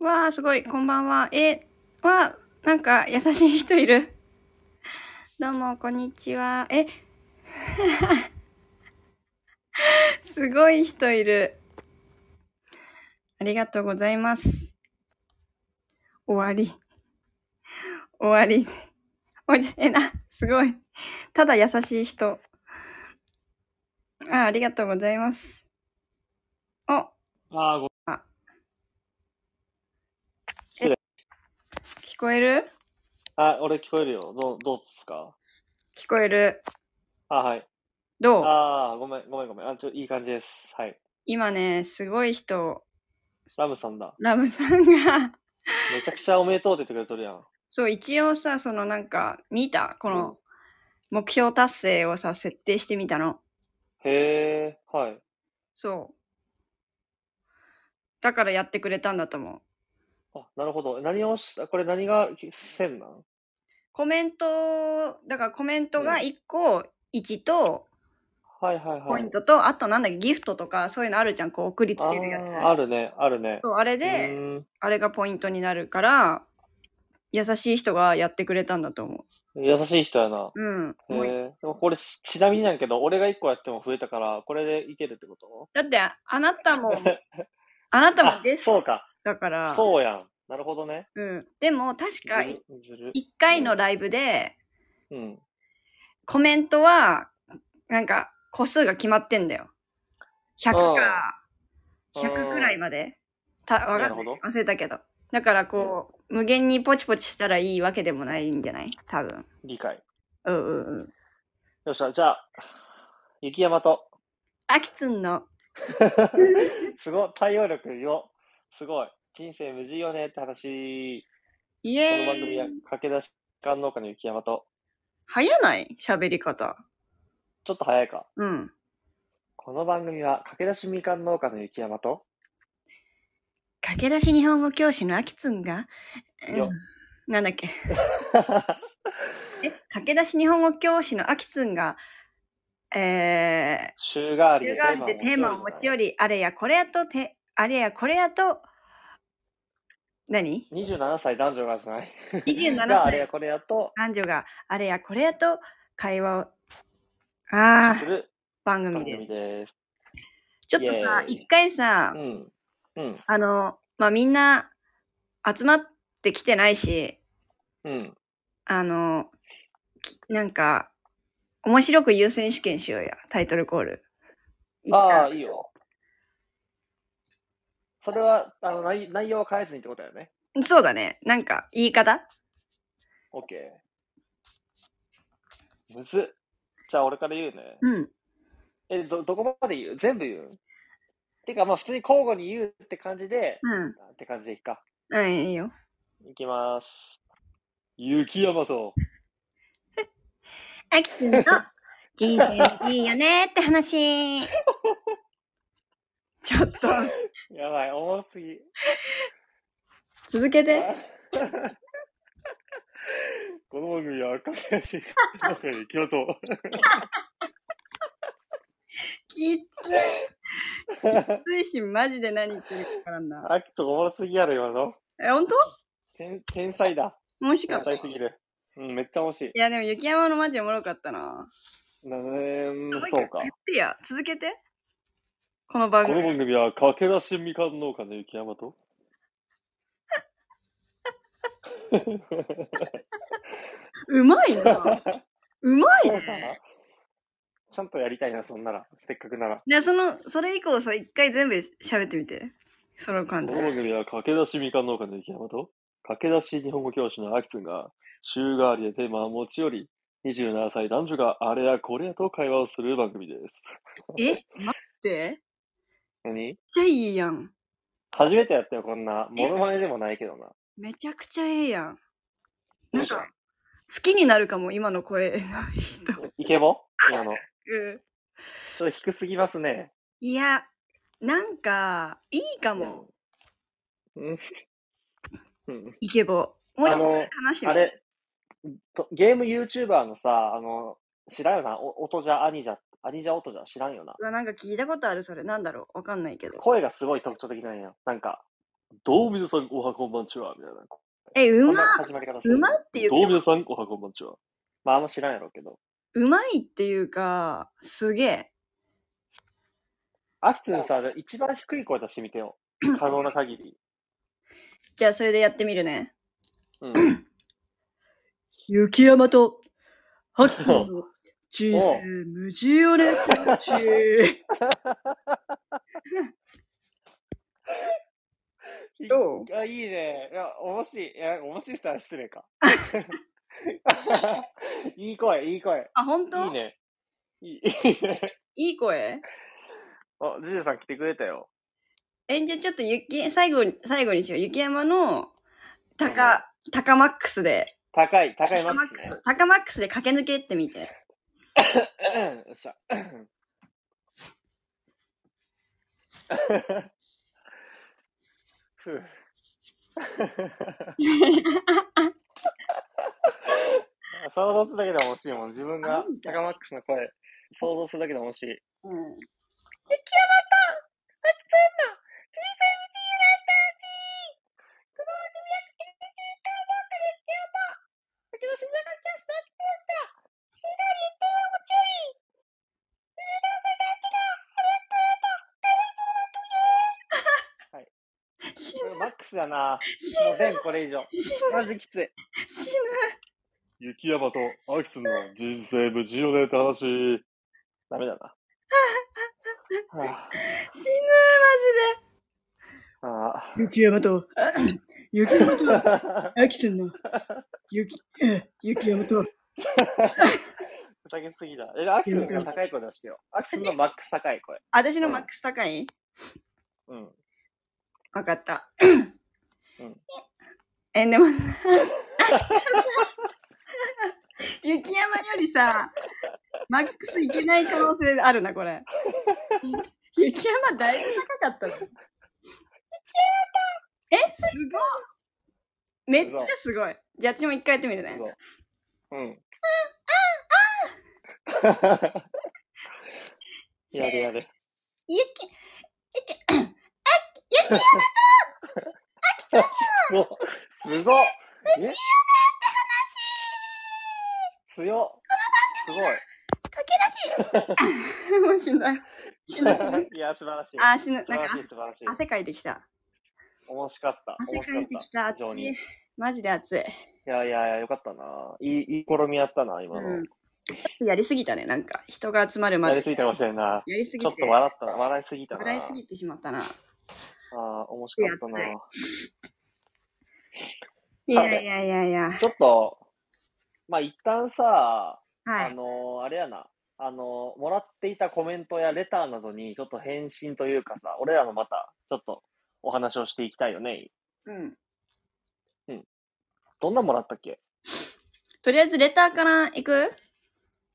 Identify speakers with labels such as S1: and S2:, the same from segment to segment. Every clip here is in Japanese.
S1: わあ、すごい。こんばんは。え、わあ、なんか優しい人いる。 どうも、こんにちは。え、 すごい人いる。ありがとうございます。終わり。終わり。おじゃ、えな、すごい。ただ優しい人。あ、ありがとうございます。お、
S2: ああ、ご
S1: あ
S2: 失礼。
S1: 聞こえる
S2: あ、俺聞こえるよ。どう、どうですか
S1: 聞こえる。
S2: あ、はい。
S1: どう
S2: ああ、ごめん、ごめん、ごめん。あ、ちょ、いい感じです。はい。
S1: 今ね、すごい人、
S2: ラムさんだ。
S1: ラムさんが、
S2: めちゃくちゃおめでとうって言ってくれとるやん。
S1: そう、一応さ、そのなんか、見たこ
S2: うん
S1: の、目標達成をさ、設定してみたの。
S2: へえ、はい。
S1: そう。だからやってくれたんだと思う。
S2: あ、なるほど。何をした、これ何がせんなん
S1: コメント、だからコメントが
S2: うん
S1: 1個、1と、
S2: はいはいはい。
S1: ポイントと、あとなんだっけ、ギフトとか、そういうのあるじゃん、こう送りつけるやつ。
S2: あーあるね、あるね。
S1: そう、あれ
S2: う
S1: で、
S2: ーん
S1: あれがポイントになるから、優しい人がやってくれたんだと思
S2: 優しい人やな。
S1: う。うん。
S2: へえ。でもこれし、ちなみになんやけど、俺が一個やっても増えたから、これでいけるってこと
S1: だって、あなた も、あなたもゲ
S2: あ
S1: ス
S2: そう
S1: ト
S2: か。
S1: だから、
S2: そうやん。なるほどね。
S1: うん。でも、確か、1
S2: ずるずる
S1: 回のライブで、
S2: うん。
S1: コメントは、なんか、個数が決まってんだよ。100か、100くらいまで。た、わかんな。
S2: ないるほど
S1: 忘れたけど。だから、こう、無限にポチポチしたらいいわけでもないんじゃない多分。
S2: 理解。
S1: うんうんうん。
S2: よっしゃ、じゃあ、雪山と。
S1: あきつんの、
S2: すごい、対応力よ。すごい。人生無事よねって話。
S1: イ
S2: こ
S1: エ
S2: の番組は
S1: ーイ
S2: 駆け出し観農家の雪山と。
S1: 早ない喋り方。
S2: ちょっと早いか。
S1: うん。
S2: この番組は駆け出しみかん農家の雪 山と。
S1: 駆け出し日本語教師のあきつんが、うん
S2: よ
S1: なんだっけ。え、駆け出し日本語教師のあきつんが、え
S2: 週替わ
S1: ー、
S2: り
S1: ル
S2: で
S1: ガールでテーマを持ち寄
S2: り。
S1: り、あれやこれやと、て、あれやこれやと、何
S2: 27歳男女がじゃない
S1: ?27
S2: があれや
S1: 歳
S2: これやと、
S1: 男女があれやこれやと会話を、あ
S2: す
S1: ー、
S2: る
S1: 番
S2: 番
S1: 組
S2: 組
S1: で
S2: です。
S1: す。ちょっとさ、
S2: イエーイ
S1: 一回さ、
S2: うん。うん。
S1: あの、まあ、みんな集まってきてないし、
S2: うん。
S1: あの、きなんか、面白く言う選手権しようや、タイトルコール。一
S2: ああ、
S1: 旦
S2: いいよ。それは、あの、内内容は変えずにってことだよね。
S1: そうだね。なんか、言い方
S2: OK。むずっ。じゃあ俺から言うね。
S1: うん。
S2: え、ど、どこまで言う全部言うてか、まあ普通に交互に言うって感じで、
S1: うん。
S2: って感じでいっか。
S1: うん、いいよ。
S2: いきます。雪山と。
S1: あきくんの人生いいよねって 話。ちょっと、
S2: やばい、重すぎ。
S1: 続けて。
S2: この番組は、かけ足、かけ雪山と。
S1: き ついし、マジで何言ってるかわからんな。
S2: あきとおもろすぎやろ、今の。
S1: え、ほんと
S2: 天天才だ。
S1: 面白か
S2: 天
S1: った。
S2: 才
S1: い
S2: すぎる。うん、めっちゃ面白い。
S1: や、でも雪山のマジおもろかったな。
S2: なうーん、
S1: もう一
S2: そう
S1: 回
S2: か
S1: 言。ってや。続けて。この番
S2: この
S1: 組。
S2: 番組は駆け出しみかん農家の雪山と。
S1: うまい な。うまい
S2: そうか
S1: ね。
S2: ちゃんとやりたいな、そんなら。せっかくなら。
S1: じゃあその、それ以降さ、一回全部喋ってみて。その
S2: こ
S1: 感じ
S2: の。番組は駆け出しみかん農家の雪山と、駆け出し日本語教師のアキくんが、週替わりでテーマを持ち寄り、27歳男女があれやこれやと会話をする番組です。
S1: え待って。めっ
S2: 何
S1: ちゃいいやん。
S2: 初めてやったよ、こんな。モノマネでもないけどな。
S1: めちゃくちゃええやん。なん
S2: どう
S1: か、好きになるかも、今の声の人。
S2: したイケボ今の。
S1: うん
S2: ちょっと低すぎますね。
S1: いや、なんか、いいかも、
S2: うん。うん。
S1: イケボ。もうちょっとそれ話して
S2: あ
S1: みて。
S2: れ、とゲーム YouTuber のさ、あの、知らんよな、お音じゃ、アニじゃ、アニじゃ音じゃ知らんよな。
S1: うわ、なんか聞いたことある、それ。なんだろうわかんないけど。
S2: 声がすごい特徴的なんや。なんか、どうみずさん、おはこんばんちはみたいな。
S1: え、う
S2: こ
S1: ま
S2: んな始まり方してる
S1: うまって言っ
S2: どう
S1: て
S2: み
S1: ま
S2: ず
S1: す
S2: さん、おはこんばんちは。まあ、あんま知らんやろうけど。
S1: うまいっていうか、すげえ。
S2: アキツンさ、一番低い声出してみて よ。可能な限り。
S1: じゃあそれでやってみるね。
S2: うん。
S1: 雪山と、ハキ
S2: 君
S1: の人
S2: 生
S1: 無事をね、し。 どう
S2: いや、いいね。いや、おもしい。いや、おもしいしたら失礼か。 いい声、いい声。
S1: あ、本当
S2: いいね。いいいいね。
S1: いい声
S2: あ、ジュジュさん来てくれたよ。
S1: え、じゃあちょっと雪、最後に、最後にしよう。雪山の、高、高マックスで、
S2: 高い、高いマ
S1: 高マッ
S2: ッ
S1: ク
S2: クスね
S1: ス、高マックスで駆け抜けってみて。。
S2: よっしゃ。ふう想像するだけで面白いもん。自分が
S1: あいいんだ
S2: 高マックスの声、想像するだけで面白い。
S1: うん。死
S2: こ
S1: ぬ、
S2: れマックスだな。
S1: 死
S2: もう全部これ以上。
S1: ぬ、
S2: マジきつい。
S1: 死
S2: 雪山とアキスの人生無事よねって話。ダメだな。
S1: ぬ、
S2: は
S1: 死ぬ、
S2: あ、は
S1: マジで。雪山と、雪山と、
S2: あ。
S1: アキさんの、雪、え、雪山と、
S2: ふざけすぎだ。え、アキスが高い声出してよ。アキスのマックス高い声。
S1: 私のマックス高い
S2: うん。
S1: わかった。
S2: うん
S1: え、でも、 雪山よりさ、マックスいけない可能性あるな、これ。雪山だいぶ高かったの。え、すごいめっちゃすごい。じゃあ、あっちも一回やってみるね。
S2: うん。やれやれ。
S1: 雪、
S2: もう、すごっえ 強っす
S1: もうしん どい。しんどい
S2: ごい
S1: しんどい。。
S2: いや、素晴らし い。
S1: あー、しんどい。
S2: 素晴
S1: なん
S2: ら
S1: か
S2: しい、、素晴らしい。
S1: 汗かいてきた。
S2: 面白かった。
S1: 汗かいてきた、暑
S2: 面白かった非常に
S1: い
S2: い。
S1: マジで暑い。
S2: やいやいや、よかったな。いい、いい試みやったな、今の。
S1: うん、やりすぎたね、なんか人が集まるま
S2: や
S1: で。
S2: りすぎたかもしれんな。
S1: やりすぎ
S2: ちょ
S1: て
S2: っと笑ったな。笑いすぎたな。
S1: 笑いすぎてしまったな。
S2: ああ、面白かったな
S1: や。い
S2: い
S1: やいやいやいや。
S2: ちょっと、まあ、一旦さ、
S1: は
S2: あ
S1: い。
S2: のーあれやな、あのーもらっていたコメントやレターなどに、ちょっと返信というかさ、俺らのまた、ちょっとお話をしていきたいよね。
S1: うん。
S2: どんなんもらったっけ
S1: とりあえずレターから行く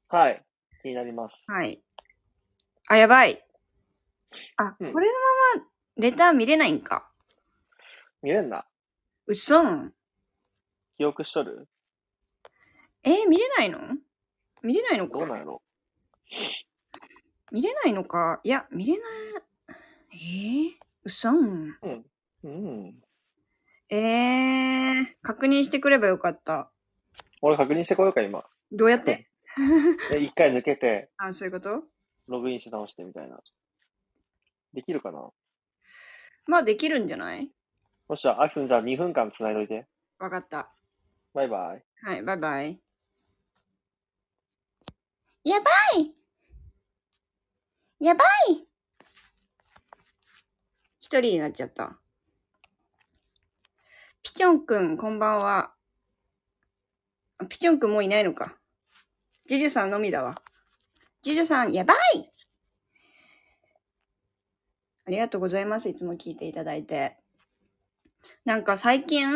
S2: はい。気になります。
S1: はい。あ、やばい。あ、
S2: うん
S1: これのままレター見れないんか。
S2: 見れんな。
S1: うっそん。
S2: 記憶しとる
S1: えー見れないの見れないの
S2: どうなん
S1: か
S2: やろ
S1: 見れないのか。いや、見れない。えー、うっそん。
S2: うん。
S1: えー、確認してくればよかった。
S2: 俺確認してこようか、今。
S1: どうやって
S2: で、一回抜けて、
S1: あ、そういうこと
S2: ログインして直してみたいな。できるかなよ
S1: まあできるんじゃない
S2: っしゃ、アキスんじゃあ2分間繋いどいて。
S1: わかった。
S2: バイバイ。
S1: はい、バイバイ。やばいやばい一人になっちゃった。ピチョンくん、こんばんは。あピチョンくんもういないのか。ジュジュさんのみだわ。ジュジュさん、やばいありがとうございます。いつも聞いていただいて。なんか最近、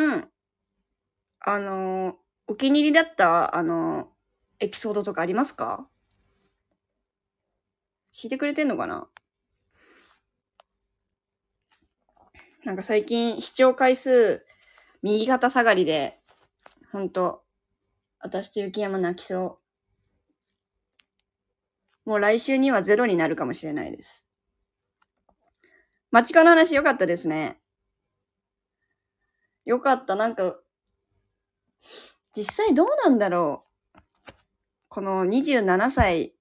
S1: あのーお気に入りだった、あのーエピソードとかありますか聞いてくれてんのかななんか最近、視聴回数、右肩下がりで、ほんと、私と雪山泣きそう。もう来週にはゼロになるかもしれないです。街コンの話良かったですね。よかった。なんか、実際どうなんだろう。この27歳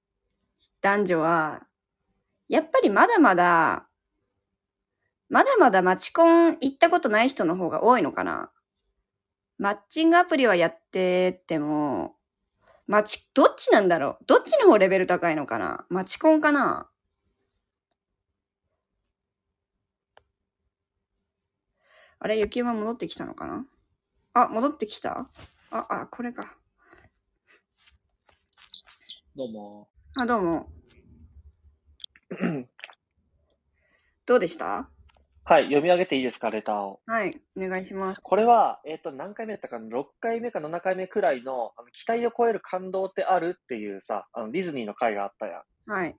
S1: 男女は、やっぱりまだまだ、まだまだマチコン行ったことない人の方が多いのかな。マッチングアプリはやってても、マチ、どっちなんだろうどっちの方レベル高いのかなマチコンかなあれ、雪山戻ってきたのかなあ、戻ってきたあ、あ、これか。
S2: どうも。
S1: あ、どうも。どうでした
S2: はい、読み上げていいですか、レターを。
S1: はい、お願いします。
S2: これは、えっ、と、何回目だったかな ?6 回目か7回目くらいの、あの期待を超える感動ってあるっていうさ、あのディズニーの回があったやん。
S1: はい。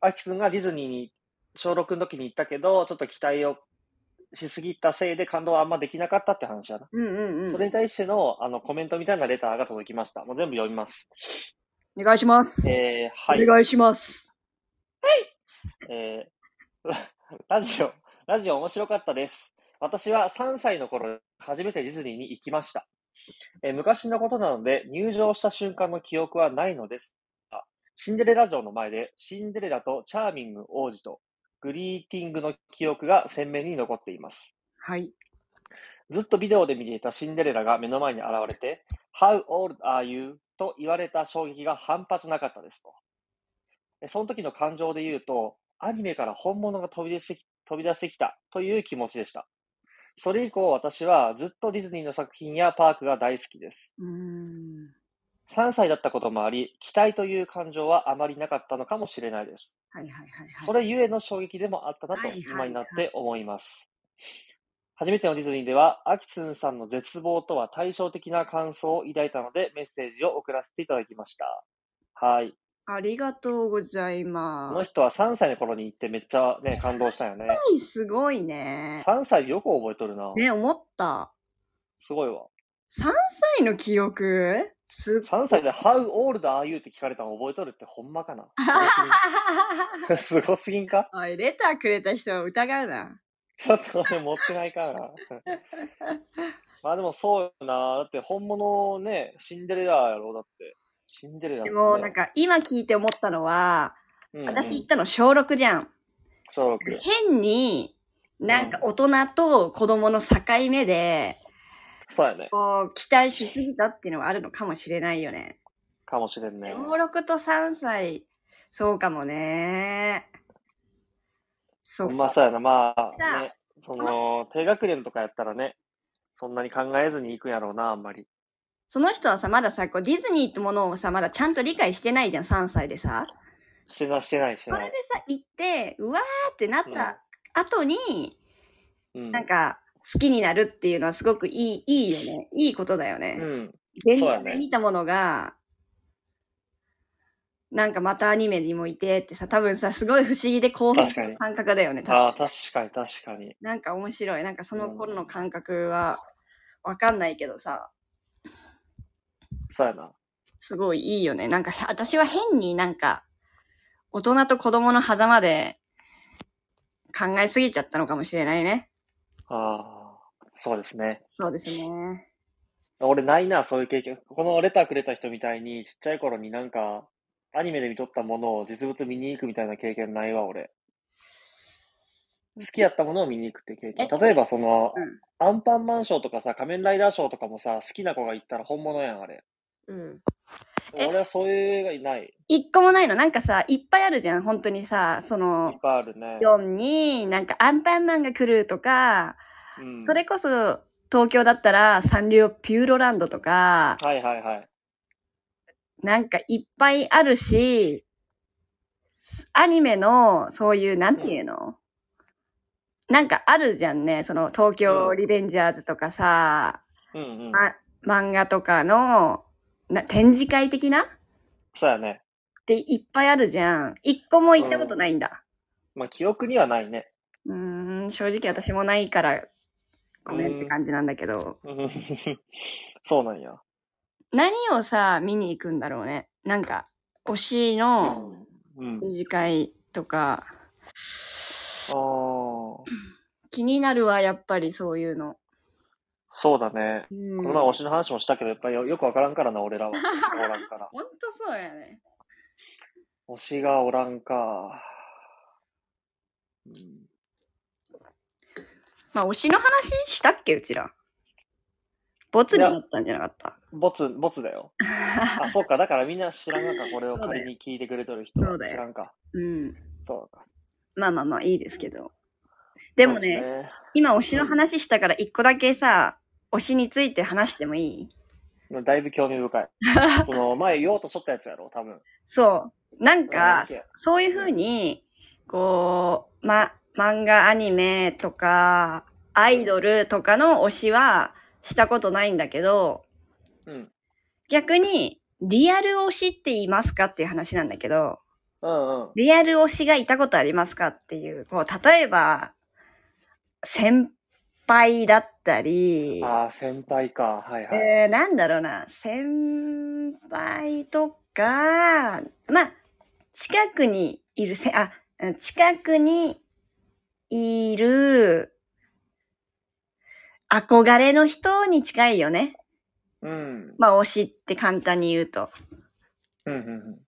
S2: アキくんがディズニーに小6の時に行ったけど、ちょっと期待をしすぎたせいで感動はあんまできなかったって話やな。
S1: うんうんうん。
S2: それに対してのあのコメントみたいなレターが届きました。もう全部読みます。
S1: お願いします。
S2: えー、はい。
S1: お願いします。
S2: えー、 ララジオ、ラジオ面白かったです。私は3歳の頃、初めてディズニーに行きました。えー昔のことなので、入場した瞬間の記憶はないのですが、シンデレラ城の前で、シンデレラとチャーミング王子と、グリーティングの記憶が鮮明に残っています。
S1: はい。
S2: ずっとビデオで見ていたシンデレラが目の前に現れて、How old are you? と言われた衝撃が半端じゃなかったですと。えその時の感情で言うと、アニメから本物が飛び出してき飛び出してきたという気持ちでした。それ以降、私はずっとディズニーの作品やパークが大好きです。
S1: うーん。
S2: 3歳だったこともあり、期待という感情はあまりなかったのかもしれないです。
S1: はいはいはいはい。
S2: それゆえの衝撃でもあったなと
S1: はいはい
S2: 今になって思います。初めてのディズニーでは、アキツンさんの絶望とは対照的な感想を抱いたので、メッセージを送らせていただきました。はい。
S1: ありがとうござい
S2: この
S1: ます。
S2: 人は3歳の頃に行ってめっちゃね、感動したよね。
S1: はい、すごいね。
S2: 3歳でよく覚えとるな。
S1: ね、思った。
S2: すごいわ。
S1: 3歳の記憶すっ
S2: 3歳で How old are you? って聞かれたの覚えとるってほん まかな。すごすぎんすごすぎんか
S1: おい、レターくれた人は疑うな。
S2: ちょっと俺持ってないから な。まあでもそうよな。だって本物ね、シンデレラやろ、だって。シンデレラ、ね。
S1: でも、なんか、今聞いて思ったのは、
S2: うんうん、
S1: 私行ったの小6じゃん。
S2: 小6。
S1: 変に、なんか大人と子供の境目で、
S2: そうやね。
S1: こう、期待しすぎたっていうのがあるのかもしれないよね。
S2: かもしれんね。
S1: 小6と3歳、そうかもね。そう
S2: ほ
S1: か。
S2: んまそうやな。ま
S1: さ
S2: あ、
S1: あ
S2: ね、その、低学年とかやったらね、そんなに考えずに行くんやろうな、あんまり。
S1: その人はさ、まださ、こう、ディズニーってものをさ、まだちゃんと理解してないじゃん、3歳でさ。
S2: してな、してない、し
S1: そ
S2: てな
S1: れ
S2: い
S1: で。さ、行って、うわーってなった後に、
S2: うん。
S1: なんか、好きになるっていうのはすごくいい、いいよね。いいことだよね。
S2: うん。
S1: 全
S2: そうだ
S1: 然
S2: ね
S1: 見たものが、なんかまたアニメにもいてってさ、多分さ、すごい不思議で興奮
S2: 確かに
S1: 感覚だよね。確
S2: ああ、
S1: か
S2: 確かに、確かに。
S1: なんか面白い。なんかその頃の感覚はわかんないけどさ、
S2: そうやな。
S1: すごいいいよね。なんかへ私は変になんか、大人と子供の狭間で考えすぎちゃったのかもしれないね。
S2: ああ、そうですね。
S1: そうですね。
S2: 俺ないな、そういう経験。このレターくれた人みたいに、ちっちゃい頃になんか、アニメで見とったものを実物見に行くみたいな経験ないわ、俺。好きやったものを見に行くって経験。
S1: え
S2: 例えば、その
S1: うん、
S2: アンパンマンショーとかさ、仮面ライダーショーとかもさ、好きな子が行ったら本物やん、あれ。
S1: うん。え
S2: 俺はそういうのがいない。
S1: 一個もないの。なんかさ、いっぱいあるじゃん。本当にさ、そ
S2: いっ
S1: の、
S2: ぱいあるね。
S1: 4になんかアンパンマンが来るとか、
S2: うん
S1: それこそ東京だったらサンリオピューロランドとか、
S2: はいはいはい。
S1: なんかいっぱいあるし、すアニメのそういう、なんていうの、なんかあるじゃんね。その東京リベンジャーズとかさ、
S2: うんうん。
S1: あ漫画とかのな展示会的なっ
S2: そうやね。
S1: ていっぱいあるじゃん。一個も行ったことないんだ。
S2: まあ、記憶にはないね。
S1: うーん、正直私もないから、ごめんって感じなんだけど。
S2: うんそうなんや。
S1: 何をさ、見に行くんだろうね。なんか、推しの
S2: うん。
S1: 展示会とか、
S2: ああ。
S1: 気になるわ、やっぱりそういうの。
S2: そうだね。
S1: う
S2: こ
S1: ん。
S2: の前推しの話もしたけど、やっぱりよよくわからんからな、俺らは。おらんから。
S1: ほんとそうやね。
S2: 推しがおらんか。うん
S1: まあ、推しの話したっけ、うちら。ボツになったんじゃなかった。
S2: ボツ、ボツだよ。あ、そうか。だからみんな知ら んのか、これを
S1: そうだよ
S2: 仮に聞いてくれとる人は。
S1: そうだよ
S2: 知らんか。
S1: うん。
S2: そうか。
S1: まあまあまあ、いいですけど。でもね、
S2: そうですね。
S1: 今推しの話したから一個だけさ、推しについて話してもいい
S2: まあだいぶ興味 深い。その前言おうとしとったやつやろ、多分。
S1: そう。なん
S2: う
S1: か
S2: んいいよ、
S1: そういうふうに、こう、ま、漫画、アニメとか、アイドルとかの推しはしたことないんだけど、
S2: うん。
S1: 逆に、リアル推しって言いますかっていう話なんだけど、
S2: うんうん。
S1: リアル推しがいたことありますかっていう、こう、例えば、先輩だったり、
S2: ああ、先輩か。はいはい。
S1: えー、なんだろうな、先輩とか、まあ、近くにいるせ、あ、うん近くにいる、憧れの人に近いよね。
S2: うん。
S1: まあ、推しって簡単に言うと。
S2: うんうん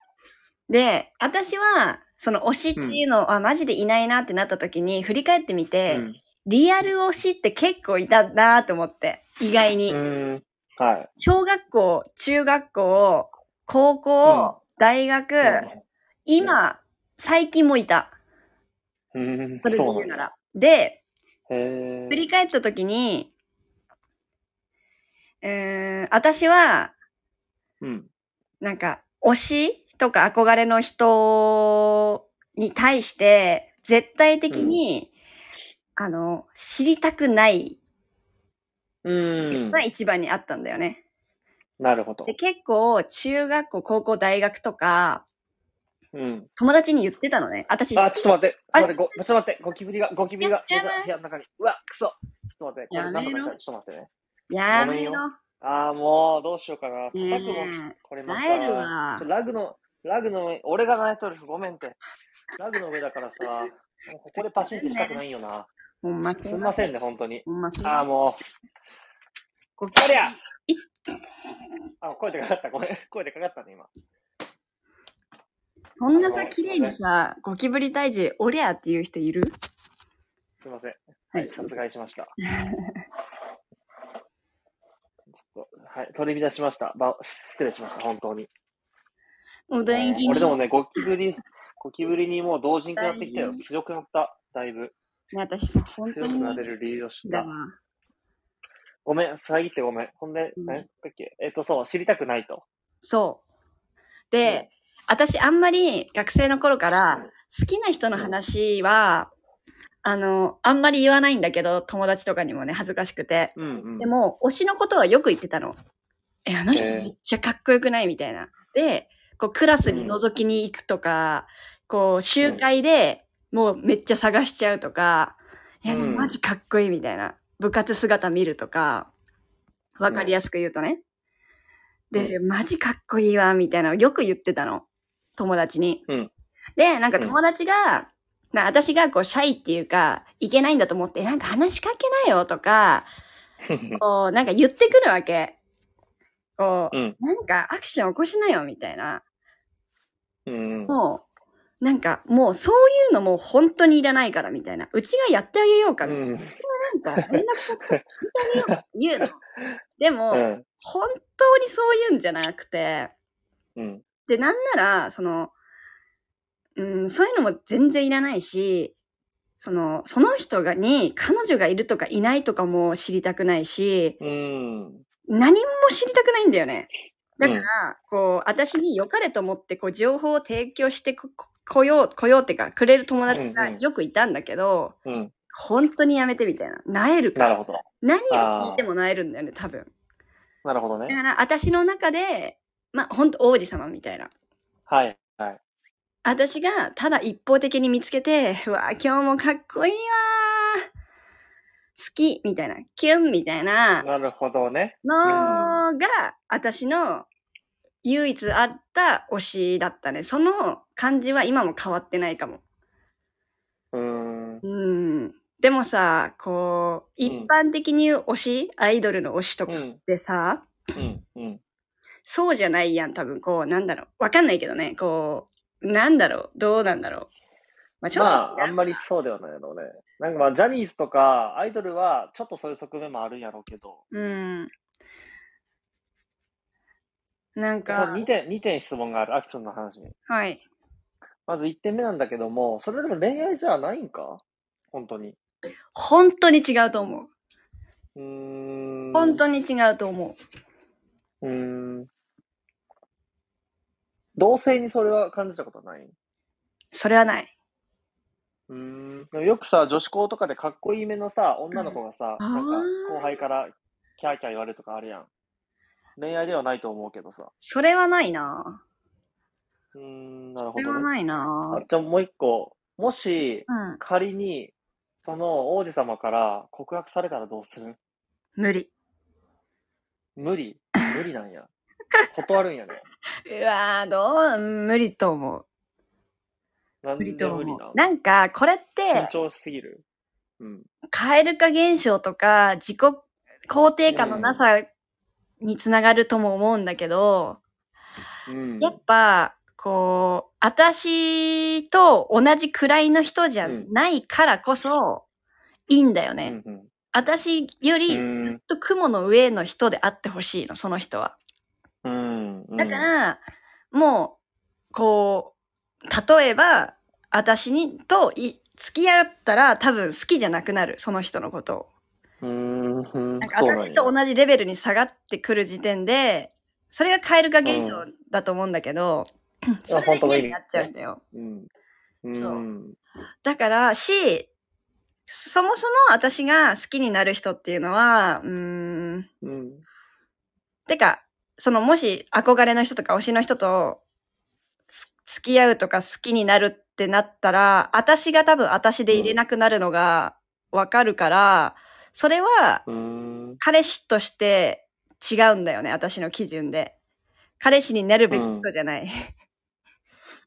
S1: で、私は、その推しっていうのは、マジでいないなってなった時に、振り返ってみ
S2: う
S1: て、
S2: ん。
S1: リアル推しって結構いたなと思って、意外に。
S2: うん。うん。はい。
S1: 小学校、中学校、高校、大学、今、最近もいた。
S2: うん。
S1: それで
S2: そ
S1: 言
S2: うな
S1: うんな
S2: だ。
S1: ら。で、
S2: へえ
S1: 振り返った時に、うーん、私は、
S2: うん。
S1: なんか、推しとか憧れの人に対して、絶対的に、あの、知りたくない
S2: うん。
S1: が一番にあったんだよね。
S2: なるほど
S1: で、。結構、中学校、高校、大学とか、
S2: うん。
S1: 友達に言ってたのね。私、
S2: あ、ちょっと待って。
S1: あ
S2: 待って、ご、ちょっと待って。ゴキブリが、ゴキブリが、
S1: ややばい
S2: 部屋の中に。うわ、くそ。ちょっと待って。これ
S1: やめろ
S2: 中の人ちょっと待ってね。
S1: や
S2: ごめん
S1: め
S2: よ
S1: ろ。
S2: ああ、もう、どうしようかな。
S1: ね
S2: 叩くもん
S1: え
S2: これまた。
S1: 会えるわ
S2: ちょ。ラグの、ラグの上、俺が泣いとる。ごめんって。ラグの上だからさ、もうここでパシンってしたくないよな。
S1: ほんます
S2: んませんね、本当に。
S1: ほんますいま
S2: ああ、
S1: せん
S2: もう。
S1: ごき
S2: ありゃ
S1: い
S2: あ、声でかかった。ごめん。声でかかったね、今。
S1: そんなさ、綺麗にさ、ゴキブリ退治、おりゃっていう人いる
S2: すいません。
S1: はい、そうで
S2: 殺
S1: す。
S2: 害し ました。ちょっとはい、取り乱しました。ば失礼しました、本当に。
S1: お大事
S2: 俺でも
S1: に。
S2: ね、ゴキブリ、ゴキブリにもう同時にくなってきたよ
S1: 大。事
S2: 強くなった、だいぶ。
S1: 私さ、本当
S2: 強く
S1: に
S2: なれる理由を知っ
S1: だ
S2: た
S1: わ。。
S2: ごめん、遮ってごめん。ほんで、
S1: うん
S2: 何だっけえっと、そう、知りたくないと。
S1: そう。で、私あんまり学生の頃から
S2: うん
S1: 好きな人の話は、あの、あんまり言わないんだけど、友達とかにもね、恥ずかしくて。
S2: うんうん。
S1: でも、推しのことはよく言ってたの。え、あの人
S2: へえ
S1: めっちゃかっこよくないみたいな。で、こう、クラスに覗きに行くとか、こう、集会でもうめっちゃ探しちゃうとか、いや、でも
S2: うん
S1: マジかっこいいみたいな。部活姿見るとか、わかりやすく言うとね。で、マジかっこいいわ、みたいなのよく言ってたの。友達に。
S2: うん
S1: で、なんか
S2: うん
S1: 友達が、な私がこう、シャイっていうか、いけないんだと思って、なんか話しかけなよとか、こう、なんか言ってくるわけ。こう、
S2: うん
S1: なんかアクション起こしなよ、みたいな。
S2: うん。
S1: もう、なんか、もうそういうのもう本当にいらないから、みたいな。うちがやってあげようか、みたい
S2: うん
S1: な。なんか、連絡先とか聞いてあげようか、言う の。でも、
S2: うん
S1: 本当にそういうんじゃなくて、
S2: うん。
S1: で、なんなら、その、うん、そういうのも全然いらないし、その、その人がに、彼女がいるとかいないとかも知りたくないし、
S2: うん。
S1: 何も知りたくないんだよね。だから、
S2: うん
S1: こう、私に良かれと思って、こう、情報を提供してこここよう、来ようってか、くれる友達が
S2: うんうん
S1: よくいたんだけど、
S2: うん。
S1: 本当にやめてみたいな。なえるか
S2: な
S1: ら。
S2: るほど。
S1: 何を聞いてもなえるんだよね、多分。
S2: なるほど
S1: だ
S2: ね。
S1: から、私の中で、まあ、本当王子様みたいな。
S2: はい。はい。
S1: 私がただ一方的に見つけて、うわ、今日もかっこいいわー好きみたいな、キュンみたいな
S2: なるほどね。
S1: のが、私の唯一あった推しだったね。その感じは今も変わってないかも。
S2: うん。
S1: うん。でもさ、こう、一般的に推し、アイドルの推しとか
S2: うん
S1: でさ、
S2: うん、うん。
S1: そうじゃないやん、多分、こう、なんだろう。わかんないけどね、こう、なんだろう、どうなんだろう。まあ、ちょっ
S2: ま
S1: と
S2: あ、あ
S1: 違
S2: ん
S1: う。
S2: まりそうではないのね。なんかまあ、ジャニーズとか、アイドルは、ちょっとそういう側面もあるんやろうけど、
S1: うん。なん
S2: そう
S1: か、
S2: 2点、二点質問がある、アキさんの話に。
S1: はい。
S2: まず1点目なんだけども、それでも恋愛じゃないんか本当に。
S1: 本当に違うと思う。
S2: うーん。
S1: 本当に違うと思う。
S2: うーん。同性にそれは感じたことない
S1: それはない。
S2: うーん。でもよくさ、女子校とかでかっこいいめのさ、女の子がさ、
S1: うんあー
S2: なんか後輩からキャーキャー言われるとかあるやん。恋愛ではないと思うけどさ。
S1: それはないな
S2: うーん、なる
S1: そ
S2: ほ
S1: れは
S2: ど、ね。
S1: ないな
S2: あじゃあもう一個。もし、
S1: うん。
S2: 仮に、その王子様から告白されたらどうする
S1: 無理。
S2: 無理無理なんや。断るんやね。
S1: うわーどう無理と思う。
S2: なん
S1: 無
S2: で
S1: 理と
S2: 無理
S1: 思
S2: な
S1: う。なんか、これって、
S2: 緊張しすぎる。うん。
S1: 蛙化現象とか、自己肯定感のなさにつながるとも思うんだけど、
S2: うん。
S1: やっぱ、こう、私と同じくらいの人じゃないからこそ、いいんだよね。
S2: うんうん
S1: 私より
S2: うん
S1: ずっと雲の上の人であってほしいの、その人は。
S2: うん。うん
S1: だか、ら、もう、こう、例えば、私に、とい、付き合ったら多分好きじゃなくなる、その人のことを。
S2: うーん。
S1: なんか私と
S2: じ。
S1: 同じレベルに下がってくる時点で、それがカエル化現象だと思うんだけど、それで嫌になっちゃうんだよ。
S2: うん。
S1: そう
S2: うん。
S1: だから、し、そもそも私が好きになる人っていうのは、うーん、
S2: うん。
S1: てか、そのもし憧れの人とか推しの人とす付き合うとか好きになるってなったら、私が多分私で入れなくなるのがわかるから、それは
S2: うん。
S1: 彼氏として違うんだよね、私の基準で。彼氏になるべき人じゃない。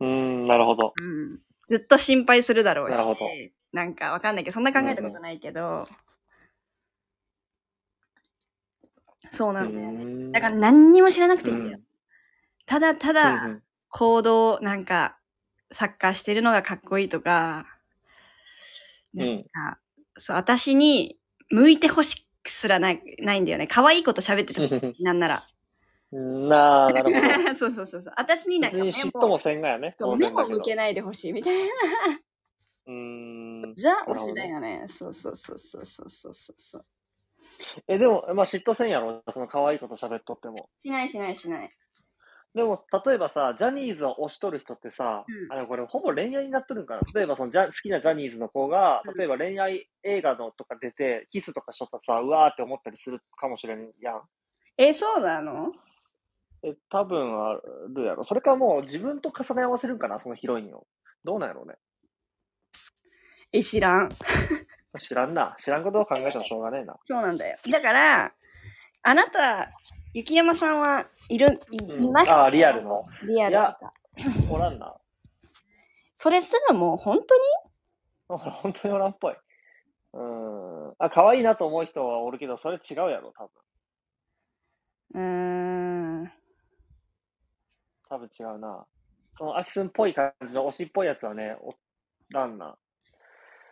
S2: うん。なるほど。
S1: うんずっと心配するだろうし。
S2: なるほど
S1: なんかわかんないけど、そんな考えたことないけど。そうなんだよね。
S2: ね
S1: だから何にも知らなくていいんだよ。
S2: う
S1: ただた
S2: うんう
S1: だ
S2: ん
S1: 行動、なんか、サッカーしてるのがかっこいいとか、
S2: う
S1: なんんか、そう、私に向いてほしくすらない、ないんだよね。可愛いこと喋っててほしい、なんなら。
S2: なあ、なる ほど。
S1: そうそうそうそう。私になんか
S2: 別
S1: 目
S2: に嫉妬
S1: も
S2: もせんがやね。
S1: そう
S2: 当然
S1: 目
S2: だ
S1: も向け
S2: ど
S1: ないでほしいみたいな。
S2: うーん。
S1: ザ推しだよね。そうそうそうそうそうそうそう。
S2: え、でも、まあ、嫉妬せんやろ。その可愛いこと喋っとっても。
S1: しないしないしない。
S2: でも、例えばさ、ジャニーズを推しとる人ってさ、
S1: うん
S2: あのこれほぼ恋愛になっとるんかな。例えばそのジャ、好きなジャニーズの子が
S1: うん、
S2: 例えば恋愛映画のとか出て、キスとかしとったらさ、うわーって思ったりするかもしれんやん。
S1: え、そうなの
S2: え、多分あるやろ。それかもう自分と重ね合わせるんかな、そのヒロインを。どうなんやろうね。
S1: え、知らん。
S2: 知らんな。知らんことを考えたらしょうがねえな。
S1: そうなんだよ。だから、あなた、雪山さんはいる、いいました
S2: あー、リアルの。
S1: リアルとか。
S2: おらんな。
S1: それすらもう本当に
S2: ほら本当におらんっぽい。うーん。あ、可愛いなと思う人はおるけど、それ違うやろ、多
S1: うー
S2: 分。
S1: ん。
S2: 多分違うな。そのアキスンっぽい感じの推しっぽいやつはね、おらんな。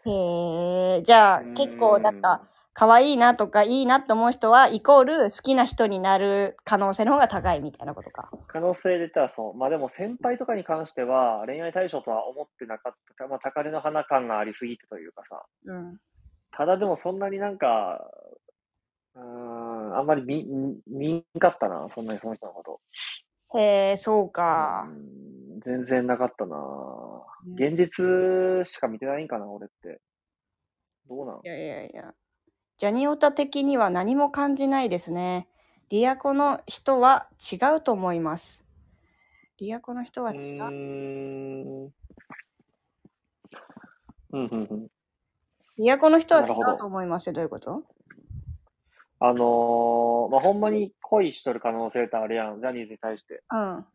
S1: へえ、じゃあ
S2: うん
S1: 結構なんか、可愛いなとかいいなって思う人は、イコール好きな人になる可能性の方が高いみたいなことか。
S2: 可能性で言ったらそう。まあでも先輩とかに関しては、恋愛対象とは思ってなかった。まあ、高嶺の花感がありすぎてというかさ。
S1: うん。
S2: ただでもそんなになんか、うーん、あんまり見、見んかったな。そんなにその人のこと。
S1: へえ、そうか。
S2: うん全然なかったな。現実しか見てないんかな、俺って。どうなん
S1: いやいやいや。ジャニオタ的には何も感じないですね。リアコの人は違うと思います。リアコの人は
S2: う
S1: 違
S2: ー
S1: う。
S2: ん。うんうんうん。
S1: リアコの人は違
S2: なるほど
S1: うと思いますよ。どういうこと
S2: あのーまあ、ほんまに恋しとる可能性ってあるやん、ジャニーズに対して。
S1: うん。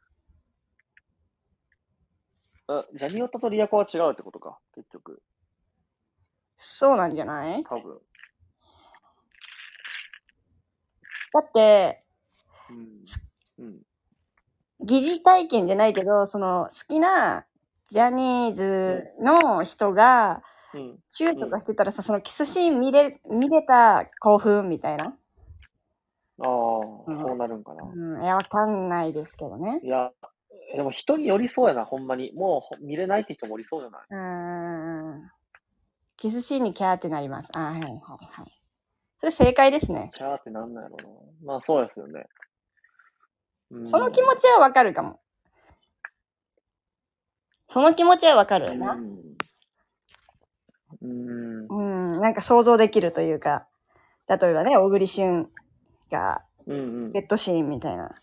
S2: あジャニオタとリアコは違うってことか、結局。
S1: そうなんじゃない
S2: 多分。
S1: だって、
S2: うん。うん。
S1: 疑似体験じゃないけど、その好きなジャニーズの人が、
S2: うん。
S1: チューとかしてたらさ、そのキスシーン見れ、見れた興奮みたいな。
S2: ああ、そ
S1: うん
S2: うなるんかな。
S1: うん、いや、わかんないですけどね。
S2: いや、でも人によりそうやな、ほんまに。もうほ見れないって人もおりそうじゃないう
S1: ーん。キスシーンにキャーってなります。あーはいはいはい。それ正解ですね。
S2: キャーってなんなんやろうな。まあそうですよね。うん
S1: その気持ちはわかるかも。その気持ちはわかるよな。
S2: うん。うん。
S1: うん、なんか想像できるというか、例えばね、小栗旬が
S2: うん
S1: ベッドシーンみたいな。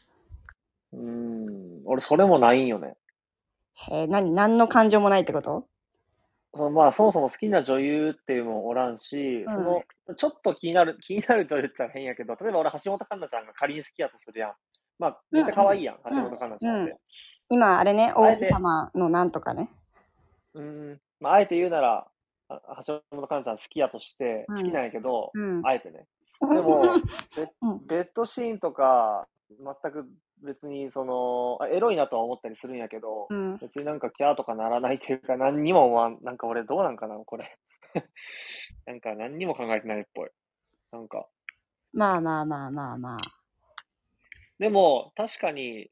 S2: うん。うん。俺、それもないんよね。
S1: えー、何何の感情もないってこと
S2: そのまあ、そもそも好きな女優っていうのもおらんし、
S1: うん
S2: その、ちょっと気になる、気になる女優って言ったら変やけど、例えば俺、橋本環奈ちゃんが仮に好きやとするやん。まあ、絶対可愛いやん、
S1: ん
S2: 橋本環奈ちゃんって。
S1: 今、あれね、
S2: あえ
S1: 王子
S2: て
S1: 様のなんとかね。
S2: うん、まあ、あえて言うなら、あ橋本環奈さん好きやとして、
S1: うん
S2: 好きなんやけど、
S1: うん。
S2: あえてね。で も、ベ
S1: うん
S2: ベッドシーンとか、全く別に、その、あエロいなとは思ったりするんやけど、
S1: うん。
S2: 別になんかキャーとかならないというか、何にも思わん、なんか俺どうなんかな、これ。 なんか何にも考えてないっぽい。なんか。
S1: まあまあまあまあまあ。
S2: でも、確かに、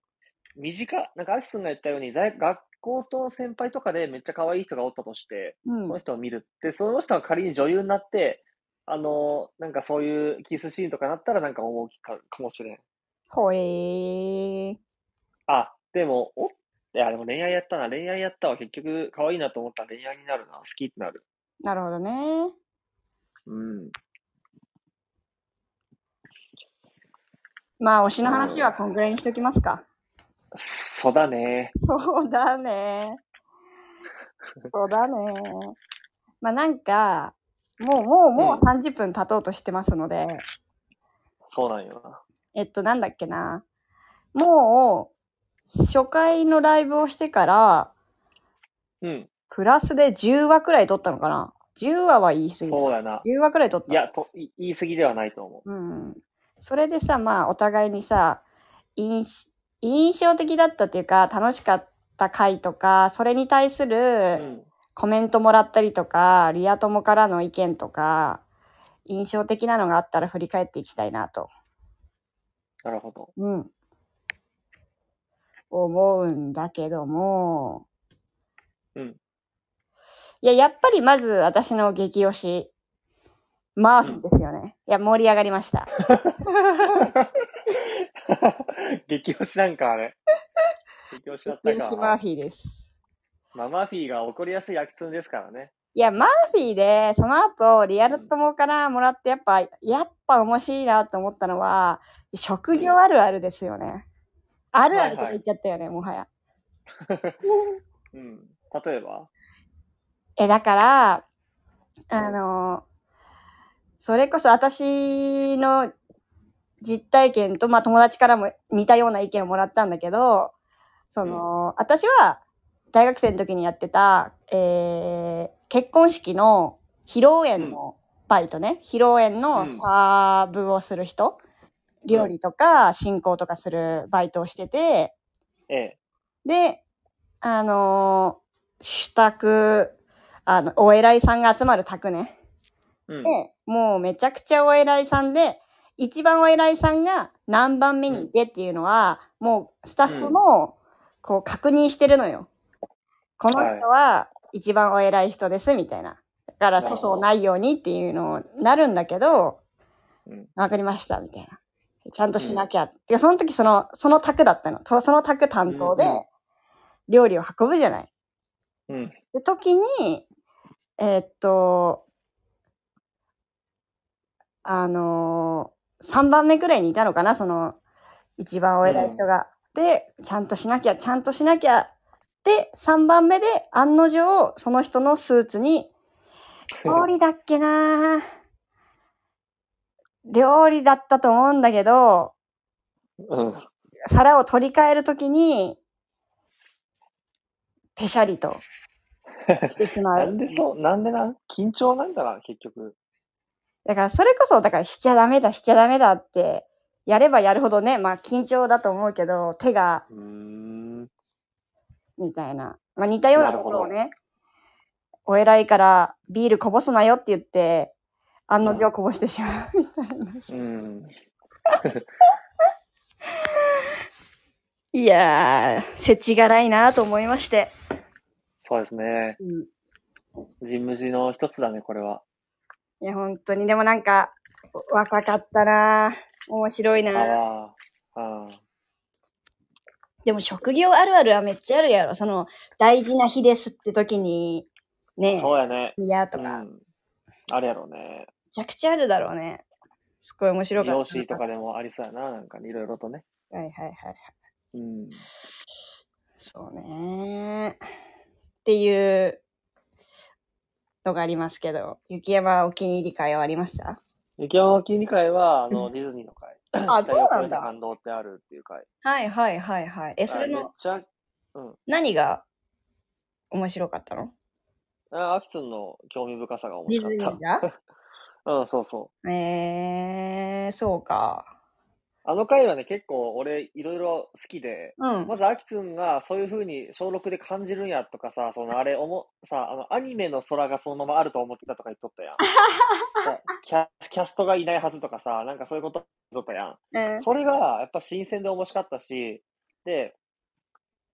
S2: 短、なんかアキスンが言ったように、大学校と先輩とかでめっちゃ可愛い人がおったとして、
S1: うん
S2: その。人を見るって、その人が仮に女優になって、あのーなんかそういうキスシーンとかなったらなんか思うかかもしれん。
S1: ほえー。
S2: あ、でも、おいや、でも恋愛やったな、恋愛やったわ、結局、可愛いなと思ったら恋愛になるな、好きってなる。
S1: なるほどね。
S2: うん。
S1: まあ、推しの話はこんぐらいにしときますか。
S2: そうだね。
S1: そうだね。そうだね。まあなんか、もうもうもう30分経とうとしてますので、
S2: そうなんよな。
S1: えっと、なんだっけな。もう、初回のライブをしてから、
S2: うん、
S1: プラスで10話くらい撮ったのかな ?10 話は言い過ぎだ。
S2: そうやな。
S1: 10話くらい撮った。
S2: いやと、い言い過ぎではないと思
S1: うん。それでさ、まあ、お互いにさ、印印象的だったっていうか、楽しかった回とか、それに対す
S2: う。う
S1: る
S2: ん。
S1: コメントもらったりとか、リア友からの意見とか、印象的なのがあったら振り返っていきたいなと。
S2: なるほど。
S1: うん。思うんだけども。
S2: うん。
S1: いや、やっぱりまず私の激推し、マーフィーですよね。いや、盛り上がりました。
S2: 激推しなんか、あれ。激推しだった
S1: 激推しマー
S2: か。
S1: フィーです。
S2: まあ、マフィーが怒りやすいアキツンですからね。
S1: いや、マーフィーで、その後、リアル友からもらって、やっぱ、やっぱ面白いなと思ったのは、職業あるあるですよね。あるあるとか言っちゃったよね、もはや。
S2: うん。例えば
S1: え、だから、あの、それこそ私の実体験と、まあ友達からも似たような意見をもらったんだけど、その、私は大学生の時にやってた、えー結婚式の披露宴のバイトね、披露宴
S2: う
S1: の
S2: ん
S1: サーブをする人、料理とか進行とかするバイトをしてて、
S2: ええ。
S1: で、あのー、主宅、あの、お偉いさんが集まる宅ね。
S2: うん。
S1: で、もうめちゃくちゃお偉いさんで、一番お偉いさんが何番目にいてっていうのは、もうスタッフも、こう確認してるのよ。この人は一番お偉い人です、みたいな。だから、
S2: なるほ
S1: 粗
S2: ど
S1: 相ないようにっていうのなるんだけど、
S2: うん
S1: わかりました、みたいな。ちゃんとしなきゃ。てかその時その、その宅だったの。とその宅担当で
S2: うんうん、
S1: 料理を運ぶじゃない。
S2: うん。
S1: で、時に、えーっと、あのー、3番目くらいにいたのかな、その、一番お偉い人が。で、ちゃんとしなきゃ、ちゃんとしなきゃ。で、3番目で案の定、その人のスーツに、料理だっけな料理だったと思うんだけど、
S2: うん。
S1: 皿を取り替えるときに、ペシャリと、してしま
S2: な
S1: う。
S2: んで そう、なんでなん緊張なんだな、結局。
S1: だからそれこそ、だからしちゃダメだ、しちゃダメだって、やればやるほどね、まあ緊張だと思うけど、手が、
S2: うーん。
S1: みたいな。まあ似たようなことをね、お偉いからビールこぼすなよって言って、案の定こぼしてしまうみたいな。
S2: うん。
S1: いやー、せちがらいなと思いまして。
S2: そうですね。
S1: うん
S2: ジムジの一つだね、これは。
S1: いや、本当に、でもなんか、若かったな面白い
S2: あ
S1: な
S2: あ。ああ。
S1: でも職業あるあるはめっちゃあるやろ。その、大事な日ですって時に、ね、
S2: そうやね。
S1: いやと
S2: う
S1: か、め
S2: ん。あれやろうね。
S1: ちゃくちゃあるだろうね。すごい面白
S2: 美
S1: かった。
S2: 容師とかでもありそうやな、なんかね、いろいろとね。
S1: はいはいはい。
S2: うん。
S1: そうねっていうのがありますけど、雪山お気に入り会はありました
S2: 雪山の筋肉会は、あの、ディズニーの会。
S1: あ、そうなん
S2: 太陽光に
S1: だ。
S2: 感動ってあるっていう会。
S1: はいはいはいはい。え、それ
S2: あめっ
S1: の
S2: ちゃ、
S1: 何が面白かったの
S2: あ、アキツンの興味深さが面
S1: ディ
S2: 白
S1: ズニ
S2: かっ
S1: ーが
S2: た。うん、そうそう。
S1: えー、そうか。
S2: あの回はね、結構俺、いろいろ好きで、
S1: うん。
S2: まず、アキくんがそういう風に小6で感じるんやとかさ、そのあれ、おも、さ、あの、アニメの空がそのままあると思ってたとか言っとっ たやん。さキャキャストがいないはずとかさ、なんかそういうこと言っとったやん。
S1: うん
S2: それがやっぱ新鮮で面白かったし、で、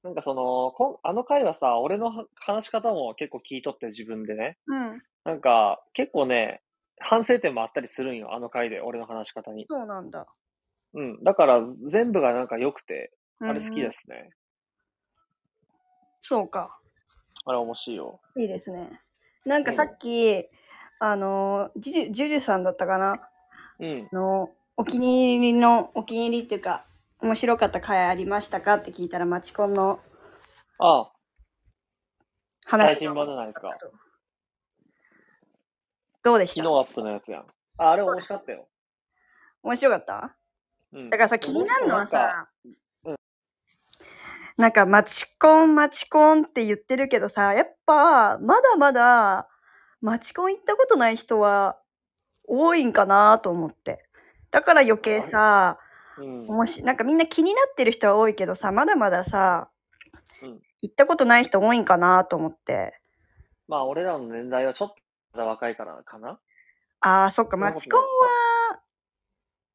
S2: なんかその、こんあの回はさ、俺の話し方も結構聞いとって自分でね、
S1: うん。
S2: なんか結構ね、反省点もあったりするんよ、あの回で、俺の話し方に。
S1: そうなんだ。
S2: うん。だから全部がなんか良くて、あれ好き
S1: うんう
S2: で
S1: ん。
S2: すね。
S1: そうか。
S2: あれ面白いよ。
S1: いいですね。なんかさっき、あの、ジュジュジュさんだったかな
S2: うん。
S1: あのお気に入りのお気に入りっていうか面白かった回ありましたかって聞いたらマチコンの
S2: ああ、
S1: 話
S2: 最新版じゃないですか
S1: どうでした
S2: 昨日アップのやつやん。あ、あれ面白かったよ。
S1: 面白かった
S2: うん。
S1: だからさ気になるのは
S2: なんか、
S1: さなんかマチコンマチコンって言ってるけどさやっぱまだまだマチコン行ったことない人は多いんかなと思ってだから余計さ
S2: うん。
S1: もし、なんかみんな気になってる人は多いけどさ、まだまださ、
S2: うん
S1: 行ったことない人多いんかなと思って。
S2: まあ、俺らの年代はちょっとまだ若いからかな。
S1: ああ、そっか、
S2: そんな
S1: マ
S2: ことない
S1: チ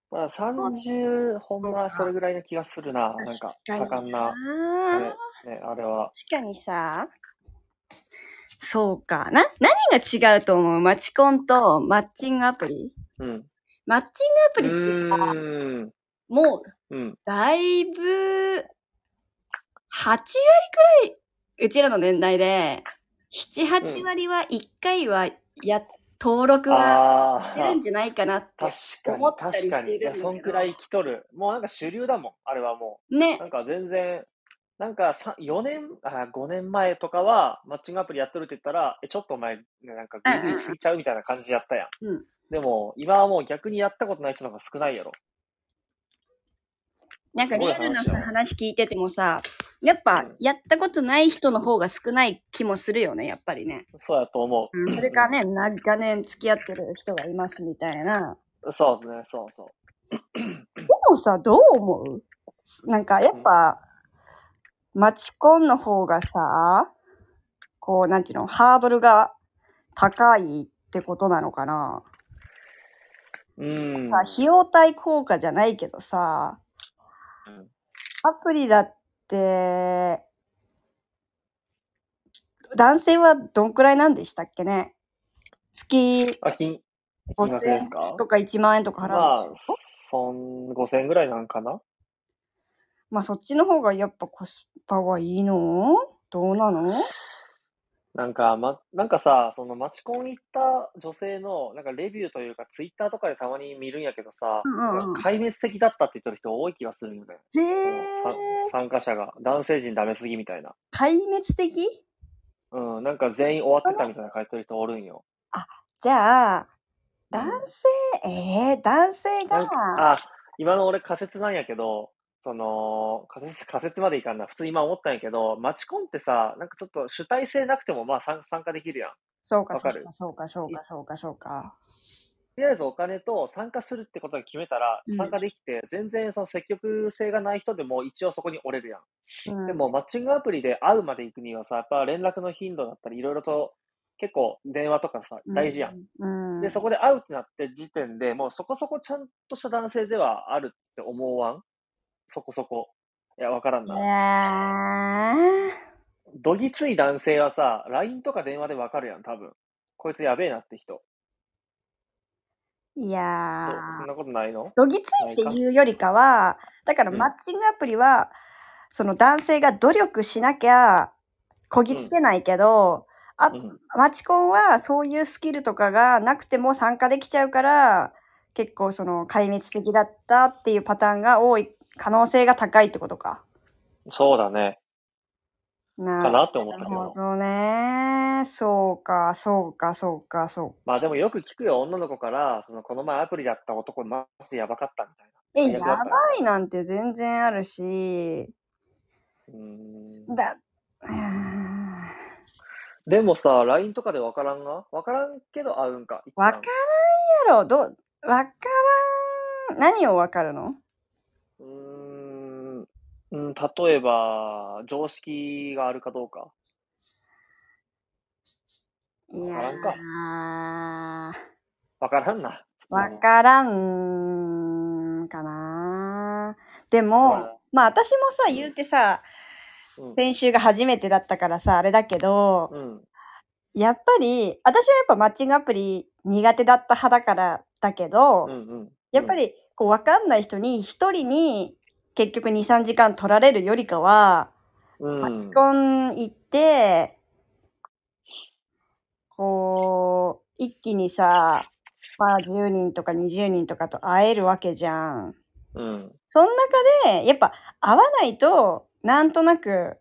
S1: コンは、
S2: まあ、30、ほんまそれぐらいの気がするな。なんか
S1: 確、か
S2: 盛ん
S1: に
S2: な
S1: な。。
S2: ね
S1: 確、
S2: ねあれは。
S1: かにさ、そうか。な、何が違うと思うマチコンとマッチングアプリ
S2: うん。
S1: マッチングアプリって
S2: う
S1: さ、
S2: ーん。
S1: もう
S2: うん。
S1: だいぶ、8割くらい、うちらの年代で、7、8割は1回はや、登録は、
S2: ああ
S1: してるん
S2: ー、
S1: じゃないかなって
S2: 確。か
S1: 思っ
S2: に、
S1: たり
S2: 確
S1: して
S2: か
S1: るんだ
S2: に。
S1: け
S2: い
S1: ど
S2: や、そんくらい来とる。もうなんか主流だもん。あれはもう。
S1: ね
S2: な。んか全然、なんかさ4年、あ5年前とかは、マッチングアプリやっとるって言ったら、え、ちょっとお前、なんかグイグイ過ぎちゃうみたいな感じやったやん。
S1: うん
S2: でも、今はもう逆にやったことない人の方が少ないやろ。
S1: なんかリアルな
S2: すごい話だ
S1: さ
S2: ね
S1: 話聞いててもさ、やっぱ
S2: うん
S1: やったことない人の方が少ない気もするよね、やっぱりね。
S2: そうやと思う。
S1: それかね、長年付き合ってる人がいますみたいな。
S2: そうね、そうそう。
S1: でもさ、どう思うなんかやっぱ、マチコンの方がさ、こう、なんていうの、ハードルが高いってことなのかな、
S2: うん。
S1: さ、費用対効果じゃないけどさ、
S2: うん
S1: アプリだって、男性はどんくらいなんでしたっけね月
S2: あ、金、金
S1: 5000
S2: 額です
S1: 円
S2: か
S1: とか1万円とか払う
S2: ま
S1: んで
S2: あ
S1: しょ、
S2: そん、5000円ぐらいなんかな
S1: まあそっちの方がやっぱコスパはいいのどうなの
S2: なんか、ま、なんかさ、その、マチコン行った女性の、なんかレビューというか、ツイッターとかでたまに見るんやけどさ、
S1: うんうんうん
S2: なんか壊滅的だったって言ってる人多い気がするよね。
S1: へ
S2: そのさ参加者が。男性陣ダメすぎみたいな。
S1: 壊滅的
S2: うん、なんか全員終わってたみたいな書いてる人おるんよ。
S1: じゃあ、
S2: うん
S1: 男性、えー、男性
S2: なん
S1: が、
S2: かあ、今の俺仮説なんやけど、その、仮説、仮説までいかんな。普通今思ったんやけど、マチコンってさ、なんかちょっと主体性なくてもまあ参参加できるやん。
S1: そうか、
S2: わ
S1: そ
S2: か
S1: う
S2: る
S1: か、そうか、そうか、そうか、そうか。
S2: とりあえずお金と参加するってことが決めたら
S1: うん、
S2: 参加できて、全然その積極性がない人でも一応そこに折れるやん。
S1: うん、
S2: でも、マッチングアプリで会うまで行くにはさ、やっぱ連絡の頻度だったり、いろいろと結構電話とかさ、大事やん。
S1: うん。
S2: で、そこで会うってなって時点でもうそこそこちゃんとした男性ではあるって思わんそこそこ。いや、わからん
S1: い
S2: な。
S1: や
S2: どぎつい男性はさ、LINE とか電話でわかるやん、多分。こいつやべえなって人。
S1: ー。いや
S2: そ
S1: ー
S2: そん。なことないの
S1: どぎついっていうよりかは、だから
S2: うん
S1: マッチングアプリは、その男性が努力しなきゃこぎつけないけど、あ
S2: うん。
S1: マチコンはそういうスキルとかがなくても参加できちゃうから、結構その壊滅的だったっていうパターンが多い、可能性が高いってことか。
S2: そうだね。
S1: な
S2: かなって思った
S1: な
S2: け
S1: る
S2: ど
S1: ほ。どね。そうか、そうか、そうか、そう
S2: まあでもよく聞くよ、女の子から、そのこの前アプリだった男、マジでやばかったみたい
S1: か。え、
S2: 最
S1: や
S2: 悪だった
S1: ばいなんて全然あるし、
S2: な。うーん。
S1: だ、うーん
S2: でもさ、LINE とかでわからんがわからんけど会うんか。
S1: わかなんやろどう、わからん。何をわかるの
S2: うーん。うん、例えば、常識があるかどうか。
S1: いや
S2: わからんか
S1: ー
S2: わからんな。
S1: わからんかな。でも、まあ私もさ、言うてさ、
S2: うん。
S1: 先週が初めてだったからさ、あれだけど、
S2: うん。
S1: やっぱり、私はやっぱマッチングアプリ苦手だった派だからだけど、
S2: うん。うん。
S1: やっぱり、こう、わかんない人に一人に結局2、3時間取られるよりかは、
S2: うん、
S1: マチコン行って、こう、一気にさ、まあ10人とか20人とかと会えるわけじゃん。
S2: うん。
S1: その中で、やっぱ会わないと、なんとなく、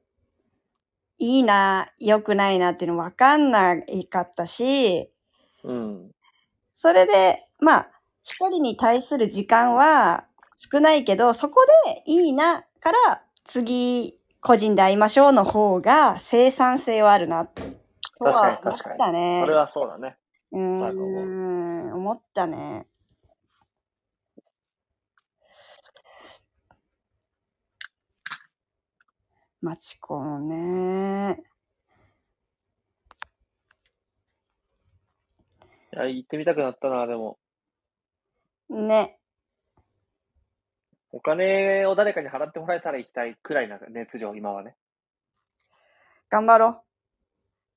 S1: いいな、良くないなっていうの分かんないかったし、
S2: うん。
S1: それで、まあ、一人に対する時間は少ないけど、そこでいいなから次、個人で会いましょうの方が生産性はあるな、とは思っ
S2: 確かに確
S1: たね。
S2: それはそうだね。
S1: うー、
S2: そうだと思うん
S1: 思ったね。マチコンね。
S2: いや、行ってみたくなったな、でも。
S1: ね。
S2: お金を誰かに払ってもらえたら行きたいくらいな熱量、今はね。
S1: 頑張ろう。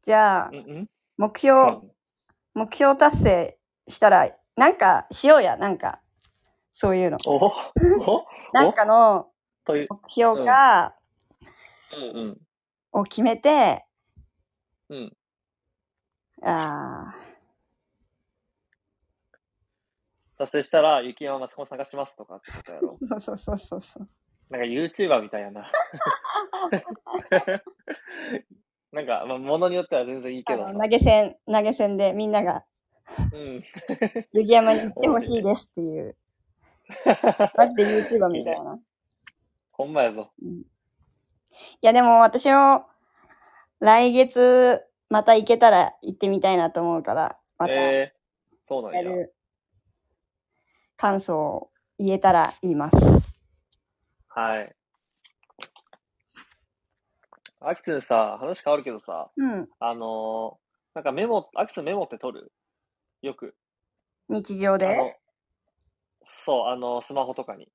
S1: じゃあ
S2: うん、うん。
S1: 目標、目標達成したら、なんかしようや、なんか。そういうの。
S2: おおお
S1: なんかの
S2: という。
S1: 目標が、
S2: うんうん。
S1: を決めて、
S2: うん。
S1: ああ、
S2: 達成したら、雪山マチコン探しますとかってことやろ。
S1: そうそうそうそうそう。
S2: なんか YouTuber みたい やな。なんか、まあ、ものによっては全然いいけ
S1: あ
S2: ど
S1: の
S2: な。
S1: 投げ銭、投げ銭でみんなが、
S2: うん。
S1: 湯木山に行ってほしいですって いう、マジで YouTuber みたいな。
S2: ほんまやぞ。
S1: いやでも私も、来月、また行けたら行ってみたいなと思うから、またや
S2: えー、そうなんや。
S1: る感想を言えたら言います。
S2: はい。アキツンさ、話変わるけどさ、
S1: うん。
S2: あのーなんかメモ、アキツンメモって取るよく。
S1: 日常
S2: あ
S1: で。
S2: のそう、あのスマホとかに。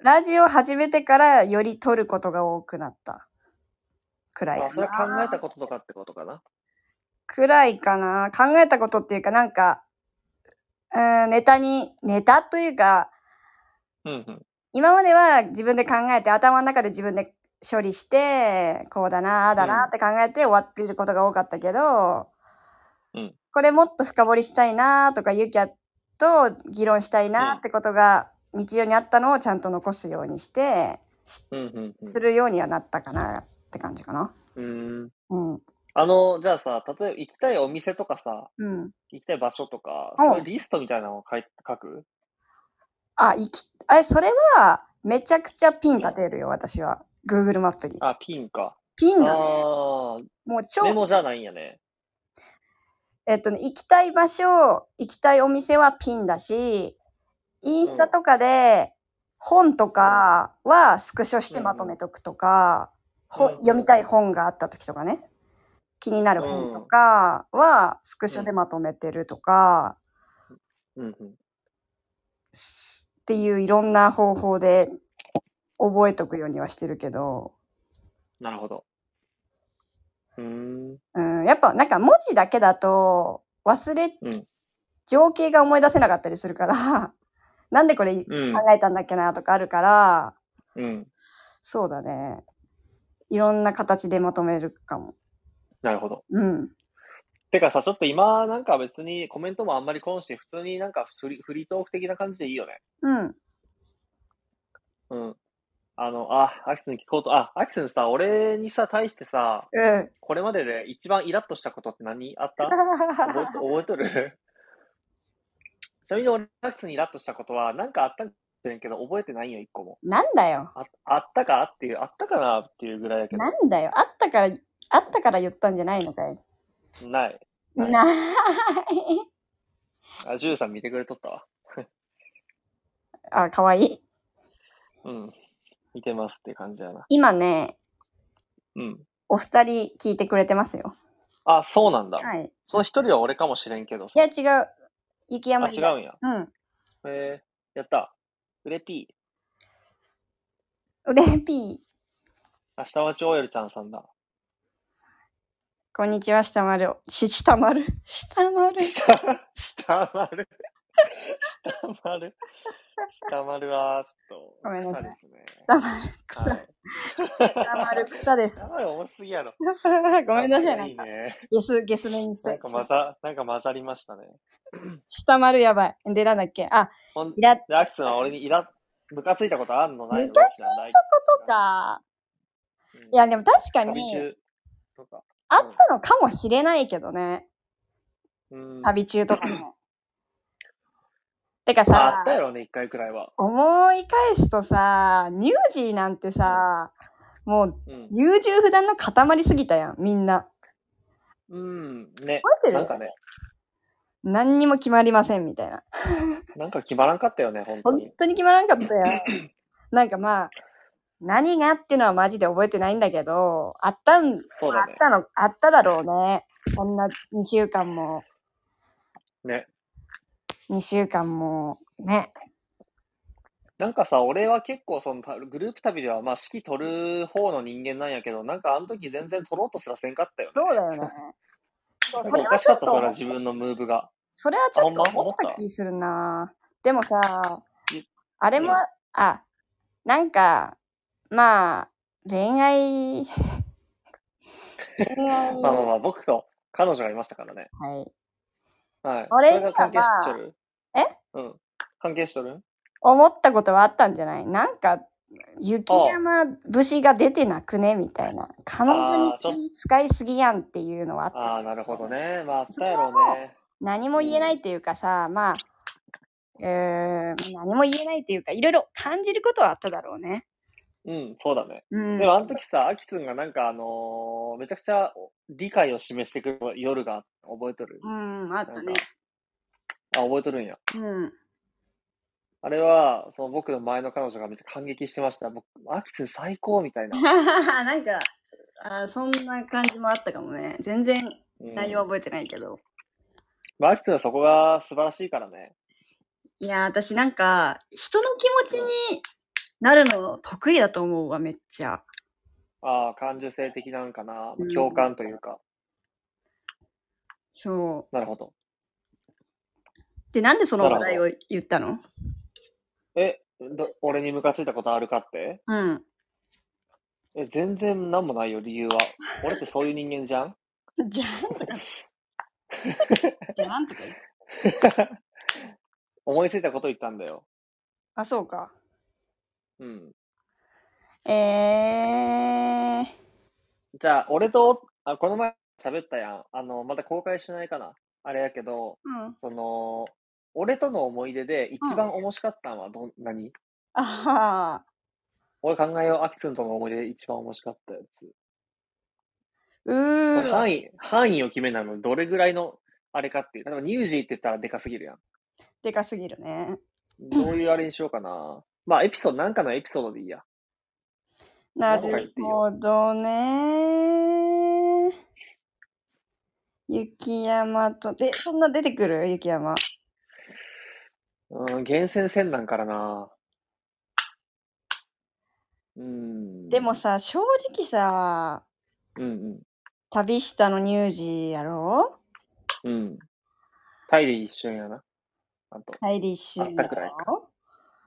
S1: ラジオ始めてからより撮ることが多くなった。くらい
S2: あ
S1: か
S2: それは
S1: な。
S2: 考えたこととかってことかな。
S1: くらいかな。考えたことっていうか、なんか、うーん、ネタに、ネタというか、
S2: うんうん。
S1: 今までは自分で考えて、頭の中で自分で処理して、こうだな、ああだ
S2: うん
S1: なって考えて終わっていることが多かったけど、
S2: うん
S1: これもっと深掘りしたいなとか、ゆきゃと議論したいなってことが日常にあったのをちゃんと残すようにして、し
S2: うんうん
S1: するようにはなったかなって感じかな。
S2: うん。うーん。
S1: うん。
S2: あの、じゃあさ、例えば行きたいお店とかさ、
S1: うん。
S2: 行きたい場所とか、
S1: うん
S2: そういうリストみたいなのを書い書く
S1: あ、行き、え、それは、めちゃくちゃピン立てるよ、私は。Google マップに。
S2: あ、ピンか。
S1: ピンだ。
S2: あ
S1: もう
S2: あ、
S1: 超、
S2: メモじゃないんやね。
S1: えっとね、行きたい場所、行きたいお店はピンだし、インスタとかで本とかはスクショしてまとめとくとか、ほ
S2: うん
S1: 読みたい本があった時とかね、気になる本とかはスクショでまとめてるとか、
S2: うんうん。
S1: すっていういろんな方法で覚えとくようにはしてるけど、
S2: なるほど。うーん。
S1: うん、やっぱなんか文字だけだと忘れ、
S2: うん
S1: 情景が思い出せなかったりするから、 なんでこれ考
S2: うん
S1: えたんだっけなとかあるから、
S2: うん。
S1: そうだね。いろんな形でまとめるかも。
S2: なるほど。
S1: うん。
S2: てかさ、ちょっと今、なんか別にコメントもあんまりこんし、普通になんかフリフリートーク的な感じでいいよね。
S1: うん。
S2: うん。あの、あ、アキスに聞こうと、あ、アキスにさ、俺にさ、対してさ、
S1: うん。
S2: これまでで一番イラッとしたことって何あった覚えと覚えとるちなみに俺、アキスにイラッとしたことは、なんかあったんじゃんけど、覚えてないよ、一個も。
S1: なんだよ。
S2: ああったかっていう、あったかなっていうぐらいだけ
S1: なんだよ。あったから、あったから言ったんじゃないのかい。
S2: ど、ない。はい
S1: ない。
S2: あ、ジュウさん見てくれとったわ。
S1: あ、かわいい。
S2: うん。見てますって感じやな。
S1: 今ね、
S2: うん。
S1: お二人聞いてくれてますよ。
S2: あ、そうなんだ。
S1: はい。
S2: その一人は俺かもしれんけどさ
S1: いや、違う。雪山
S2: あ、
S1: 以
S2: 違
S1: 外
S2: うんや。
S1: うん。
S2: へえやった。うれぴ
S1: うれぴー。
S2: ー。あ、下町およりちゃんさんだ。
S1: こんにちは、したまる。し、したまる。したまる。
S2: 下丸。下丸。下丸は、ちょっと、
S1: ごめんなさい
S2: 草ですね。
S1: したまる。草。したまる草で
S2: 下
S1: す。
S2: 丸重すぎやろ。
S1: ごめんなさい、なん
S2: い
S1: か。
S2: ね。
S1: ゲス、ゲスめにし
S2: な
S1: て
S2: んか。混ざ、なんか混ざりましたね。
S1: したまるやばい。で、なんだっけあ、
S2: ほん
S1: イラッ
S2: で、アキスは俺にイラムカついたことあんのないの
S1: ムカ
S2: ついた
S1: とか。いや、でも確か
S2: 旅
S1: に、
S2: 中とか。
S1: あったのかもしれないけどね。
S2: うん。
S1: 旅中とかね。 てか
S2: ああ
S1: さ
S2: った、やろね、一回くらいは。
S1: 思い返すとさ、乳児なんてさ、もう
S2: うん。
S1: 優柔不断の塊すぎたやん、みんな。
S2: うん。ね。
S1: 覚えて
S2: な
S1: る
S2: んかね、
S1: 何にも決まりません、みたいな。
S2: なんか決まらんかったよね、本当
S1: 本
S2: に。
S1: 当に決まらんかった よ。なんかまあ、何がってのはマジで覚えてないんだけど、あったん、
S2: そう
S1: あ
S2: だ
S1: っ
S2: ね。
S1: たの、あっただろうね。こんな2週間も、
S2: ね。
S1: 2週間も、ね。
S2: なんかさ、俺は結構そのたグループ旅ではまあ指揮取る方の人間なんやけど、なんかあの時全然取ろうとすらせんかったよね。
S1: そうだよね。
S2: なん
S1: そ
S2: か
S1: れ
S2: お
S1: は
S2: かし
S1: ちょ
S2: か
S1: っ
S2: っ
S1: と
S2: た、それは自分のムーブが。
S1: それはちょっと
S2: あほんま
S1: 思った気するな。でもさ
S2: え、
S1: あれも
S2: うん、
S1: あ、なんか、まあ、恋愛、 恋愛、
S2: まあまあ
S1: は
S2: まあ、僕と彼女がいましたからね。
S1: い。
S2: はい。
S1: 俺
S2: そ
S1: に
S2: れ
S1: は
S2: が関係しとるうん。関係しとる
S1: 思ったことはあったんじゃないなんか、雪山節が出てなくねみたいな。彼女に気使いすぎやんっていうのはあった。
S2: ああ、なるほどね。まあ、あった
S1: それ
S2: や
S1: は
S2: ろうね。
S1: 何も言えないっていうかさ、まあ、うーん、何も言えないっていうか、いろいろ感じることはあっただろうね。
S2: うん、そうだね。
S1: うん。
S2: でもあの時さ、アキくんがなんかあのーめちゃくちゃ理解を示してくる夜が覚えとる。
S1: うん、あったね。
S2: あ、覚えとるんや。
S1: うん。
S2: あれは、その僕の前の彼女がめっちゃ感激してました。僕、アキス最高みたいな。
S1: なんかあー、そんな感じもあったかもね。全然
S2: うん
S1: 内容は覚えてないけど。
S2: まあ、アキスのそこが素晴らしいからね。
S1: いやー、私なんか、人の気持ちになるの得意だと思うわ、めっちゃ。
S2: ああ、感受性的なんかな
S1: うん。
S2: 共感というか。
S1: そう。
S2: なるほど。
S1: で、なんでその
S2: なる
S1: 話
S2: ほど
S1: 題を言ったの
S2: え、ど俺にムカついたことあるかって
S1: うん。
S2: え、全然なんもないよ、理由は。俺ってそういう人間じゃん
S1: じゃん。じゃんとか言う
S2: 思いついたこと言ったんだよ。
S1: あ、そうか。
S2: うん。
S1: えー。
S2: じゃあ、俺と、あこの前喋ったやん。あの、まだ公開しないかな。あれやけど、
S1: うん。
S2: その、俺との思い出で一番面白かったのはどん、何
S1: あは
S2: 俺考えよう、アキくんとの思い出で一番面白かったやつ。
S1: うー
S2: これ範囲、範囲を決めないのどれぐらいのあれかっていう。例えば、ニュージーって言ったらでかすぎるやん。
S1: でかすぎるね。
S2: どういうあれにしようかな。まあ、エピソード、なんかのエピソードでいいや。
S1: な
S2: どこから言っ
S1: る
S2: ていいよ
S1: ほどね。雪山と、で、そんな出てくる雪山。
S2: うん、厳選せんなんからな。うん。
S1: でも、さ、正直さ、
S2: うん
S1: 旅したの乳児やろ
S2: うん。うん。タイで一緒やな。あと、
S1: タイリッシュや
S2: あったくらい
S1: ろ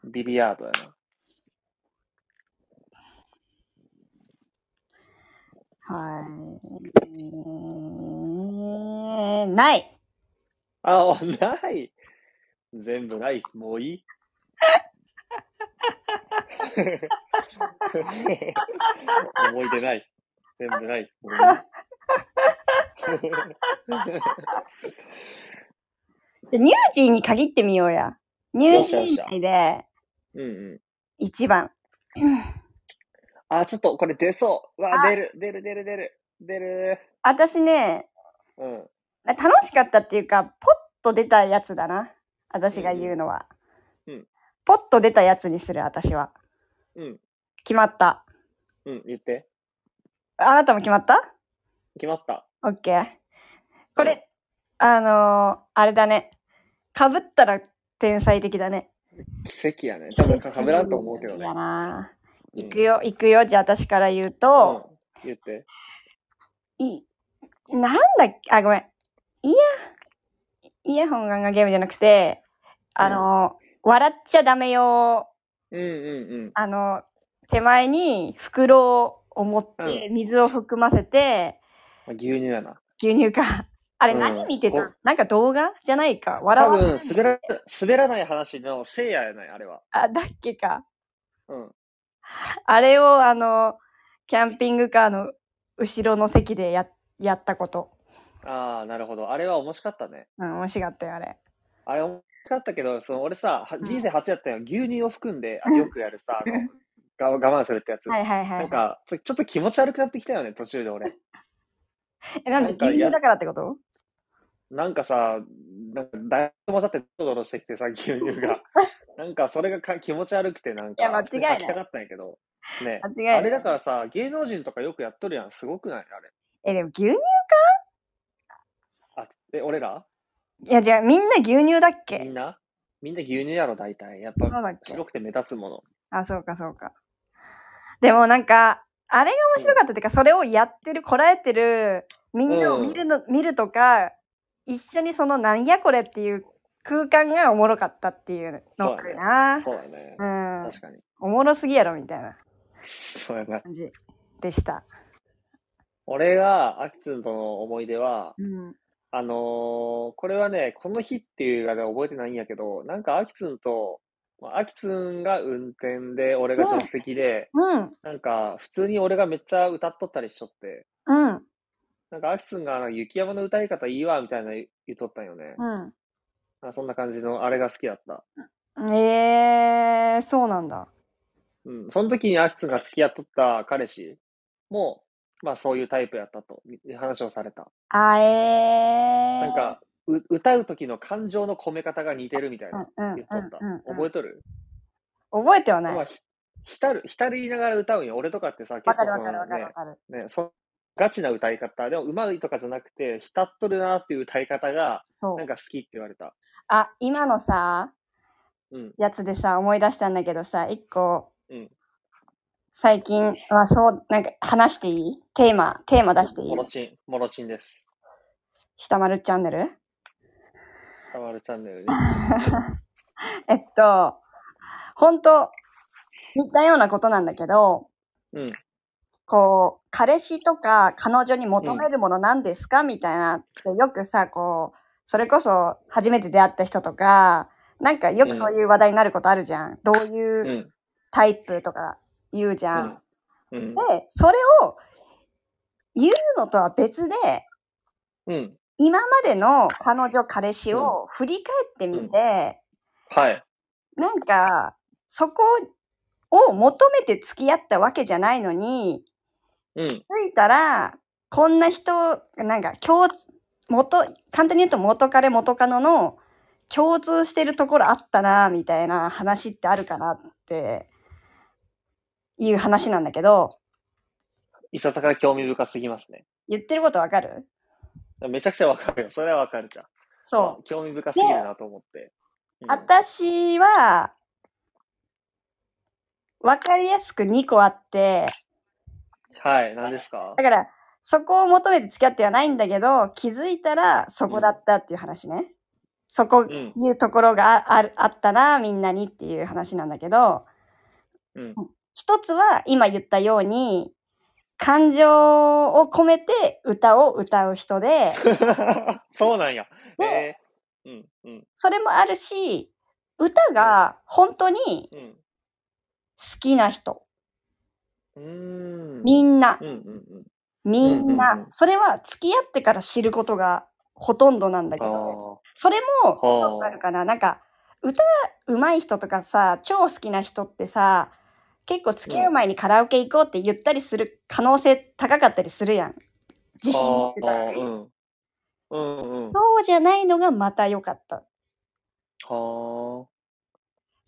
S2: ビリヤードやな。
S1: はい。ない
S2: あ、おない全部ない。もうい い思い出ない。全部ない。も ういい
S1: じゃあ、乳児に限ってみようや。乳
S2: よっ
S1: 児
S2: しゃ
S1: 内で
S2: うんうん。
S1: 一番。
S2: あ、ちょっとこれ出そう。うわ、
S1: あ
S2: 出る、出る、出る、出る、出る。
S1: 私ね、
S2: うん。
S1: 楽しかったっていうか、ポッと出たやつだな。私が言うのは。
S2: うん
S1: ポッと出たやつにする、私は。
S2: うん。
S1: 決まった。
S2: うん、言って。
S1: あなたも決まった
S2: 決まった。
S1: オッケー。これ、あのーあれだね。かぶったら天才的だね。
S2: 奇跡やね。多分かぶらんと思うけどね
S1: や。な
S2: うん
S1: 行くよ、行くよ。じゃあ私から言うと、
S2: うん言って。
S1: い、なんだっけ、あ、ごめん。イヤ、イヤホンガンガンゲームじゃなくて、あのー笑っちゃダメよ。
S2: うんうんうん。
S1: あの、手前に袋を持って、水を含ませて、
S2: まあ、牛乳やな。
S1: 牛乳か。あれ
S2: うん
S1: 何見てた、
S2: こ
S1: なんか動画じゃないか。笑
S2: 多
S1: わせ
S2: 分、滑ら、滑らない話のせいややない、あれは。
S1: あ、だっけか。
S2: うん。
S1: あれを、あの、キャンピングカーの後ろの席でや、やったこと。
S2: ああ、なるほど。あれは面白かったね。
S1: うん、面白かったよ、あれ。
S2: あれ面白かったけど、その俺さ、は
S1: ん
S2: 人生初やったよ。牛乳を含んで、あよくやるさ、あ の、が我慢するってやつ。
S1: はいはいは
S2: なん
S1: い。
S2: かちょ、ちょっと気持ち悪くなってきたよね、途中で俺。
S1: え、なんで
S2: なんかや
S1: 牛乳だからってこと
S2: なんかさ、なんか大豆混ざってドロドロしてきてさ、牛乳が。なんかそれがか気持ち悪くて、なん
S1: い
S2: か、
S1: や間違いない
S2: 書きたかったんやけど。ね。
S1: 間違
S2: あ
S1: いな
S2: れ
S1: い。
S2: だからさ、芸能人とかよくやっとるやん。すごくないあれ。
S1: え、でも牛乳
S2: あ、え、俺ら
S1: いや、じゃあみんな牛乳だっ
S2: み
S1: け
S2: んなみんな牛乳やろ、大体。やっ
S1: そう
S2: ぱ、
S1: だっけ
S2: 白くて目立つもの。
S1: あ、そうか、そうか。でもなんか、あれが面白かったっていうか、それをやってる、こらえてる、みんなを見るの、見るとか、一緒にその、なんやこれっていう空間がおもろかったっていうのかな。
S2: そうだね。
S1: うん。
S2: 確かに。
S1: おもろすぎやろ、みたいな
S2: そうやな。
S1: 感じでした。
S2: 俺が、アキツンとの思い出は、
S1: うん。
S2: あのーこれはね、この日っていうあれは覚えてないんやけど、なんかアキツンと、まあアキツンが運転で、俺が助手席で、
S1: うん。
S2: なんか、普通に俺がめっちゃ歌っとったりしとって、
S1: うん。
S2: なんか、アキツンが、雪山の歌い方いいわ、みたいな言っとったんよね。あそんな感じの、あれが好きだった。
S1: うん。えー、そうなんだ。
S2: うん。その時にアキツンが付き合っとった彼氏も、まあそういうタイプやったと、いう話をされた。
S1: あえー。
S2: なんか、う歌う時の感情の込め方が似てるみたいな、
S1: うん、うん、
S2: 言っとった。
S1: うん、う
S2: 覚
S1: ん。
S2: えとる
S1: 覚えてはない。
S2: まあ、
S1: わ
S2: ひ浸る、浸りながら歌うんよ。俺とかってさ、結
S1: か
S2: 構
S1: るわ
S2: そ
S1: かる
S2: の
S1: わかるわ
S2: ね、
S1: かる。
S2: ね、そガチな歌い方。でも、うまいとかじゃなくて、浸っとるなっていう歌い方が、
S1: そう
S2: なん。か好きって言われた。
S1: あ、今のさ、
S2: うん。
S1: やつでさ、思い出したんだけどさ、一個、
S2: うん
S1: 最近、まあそう、なんか話していいテーマ、テーマ出していい
S2: もろちん、もろちんです。
S1: 下丸チャンネル
S2: たまるチャンネルに。
S1: えっと、ほんと、似たようなことなんだけど、
S2: うん。
S1: こう、彼氏とか彼女に求めるもの何ですか、みたいなってよくさ、こう、それこそ初めて出会った人とか、なんかよくそういう話題になることあるじゃん。どう
S2: う。
S1: いうんタイプとか言うじゃん
S2: うん。
S1: で、それを言うのとは別で、
S2: うん。
S1: 今までの彼女、彼氏を振り返ってみて、
S2: はい。
S1: なんか、そこを求めて付き合ったわけじゃないのに、
S2: うん。
S1: 着いたら、こんな人、なんか、共、元、簡単に言うと元彼元カノの共通してるところあったな、みたいな話ってあるかなって、いう話なんだけど、
S2: いささか興味深すぎますね。
S1: 言ってることわかる
S2: めちゃくちゃわかるよ。それはわかるじゃん。
S1: そう。
S2: 興味深すぎるなと思って。うん
S1: 私は、わかりやすく2個あって、
S2: はい、何ですか
S1: だから、そこを求めて付き合ってはないんだけど、気づいたらそこだったっていう話ね。そこ
S2: うん、
S1: いうところがああるあったな、みんなにっていう話なんだけど、
S2: うん、
S1: 一つは今言ったように、感情を込めて歌を歌う人で、
S2: そうなんや。え
S1: で
S2: ーうん、うん、
S1: それもあるし、歌が本当に
S2: うん。
S1: 好きな人。
S2: うーん。
S1: みんな
S2: う。ん、うん、うん。
S1: みん
S2: うんうん
S1: な
S2: うん、
S1: それは付き合ってから知ることがほとんどなんだけ
S2: あ
S1: ど、
S2: ー
S1: それも
S2: は
S1: 一
S2: あ
S1: つあるかな。なんか、歌上手い人とかさ、超好きな人ってさ、結構付き合う前にカラオケ行こうって言ったりする可能性高かったりするやん。自信持ってたら
S2: あー
S1: ね。
S2: うん。うん、うん。は
S1: そうじゃないのがまた良かった。
S2: あ。
S1: そ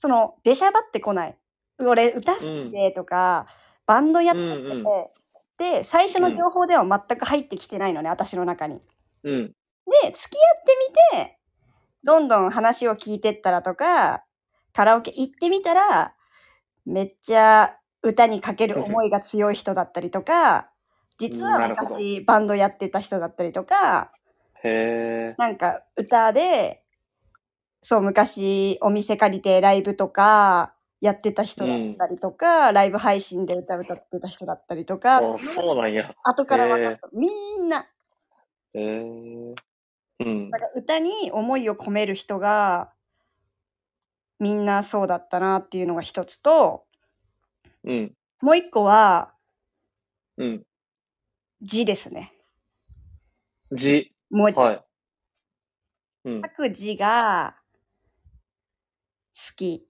S1: の、出しゃばってこない。俺、歌好きでとか、バンドやってて、
S2: うんうん
S1: で、最初の情報では全く入ってきてないのね、私の中に。
S2: うん、
S1: で、付き合ってみて、どんどん話を聞いてったらとか、カラオケ行ってみたら、めっちゃ歌にかける思いが強い人だったりとか、実は
S2: なるほど
S1: 昔バンドやってた人だったりとか、
S2: へえ。
S1: なんか歌で、そう昔お店借りてライブとかやってた人だったりとか、ライブ配信で歌歌ってた人だったりと
S2: あ
S1: か、
S2: そうなんや。
S1: 後から分かった。みんな、
S2: へえ。うん
S1: なん。か歌に思いを込める人がみんなそうだったなっていうのが一つと
S2: うん。
S1: もう一個は
S2: うん。
S1: 字ですね
S2: 字。
S1: 文字、
S2: はい。うん
S1: 書。く字が好き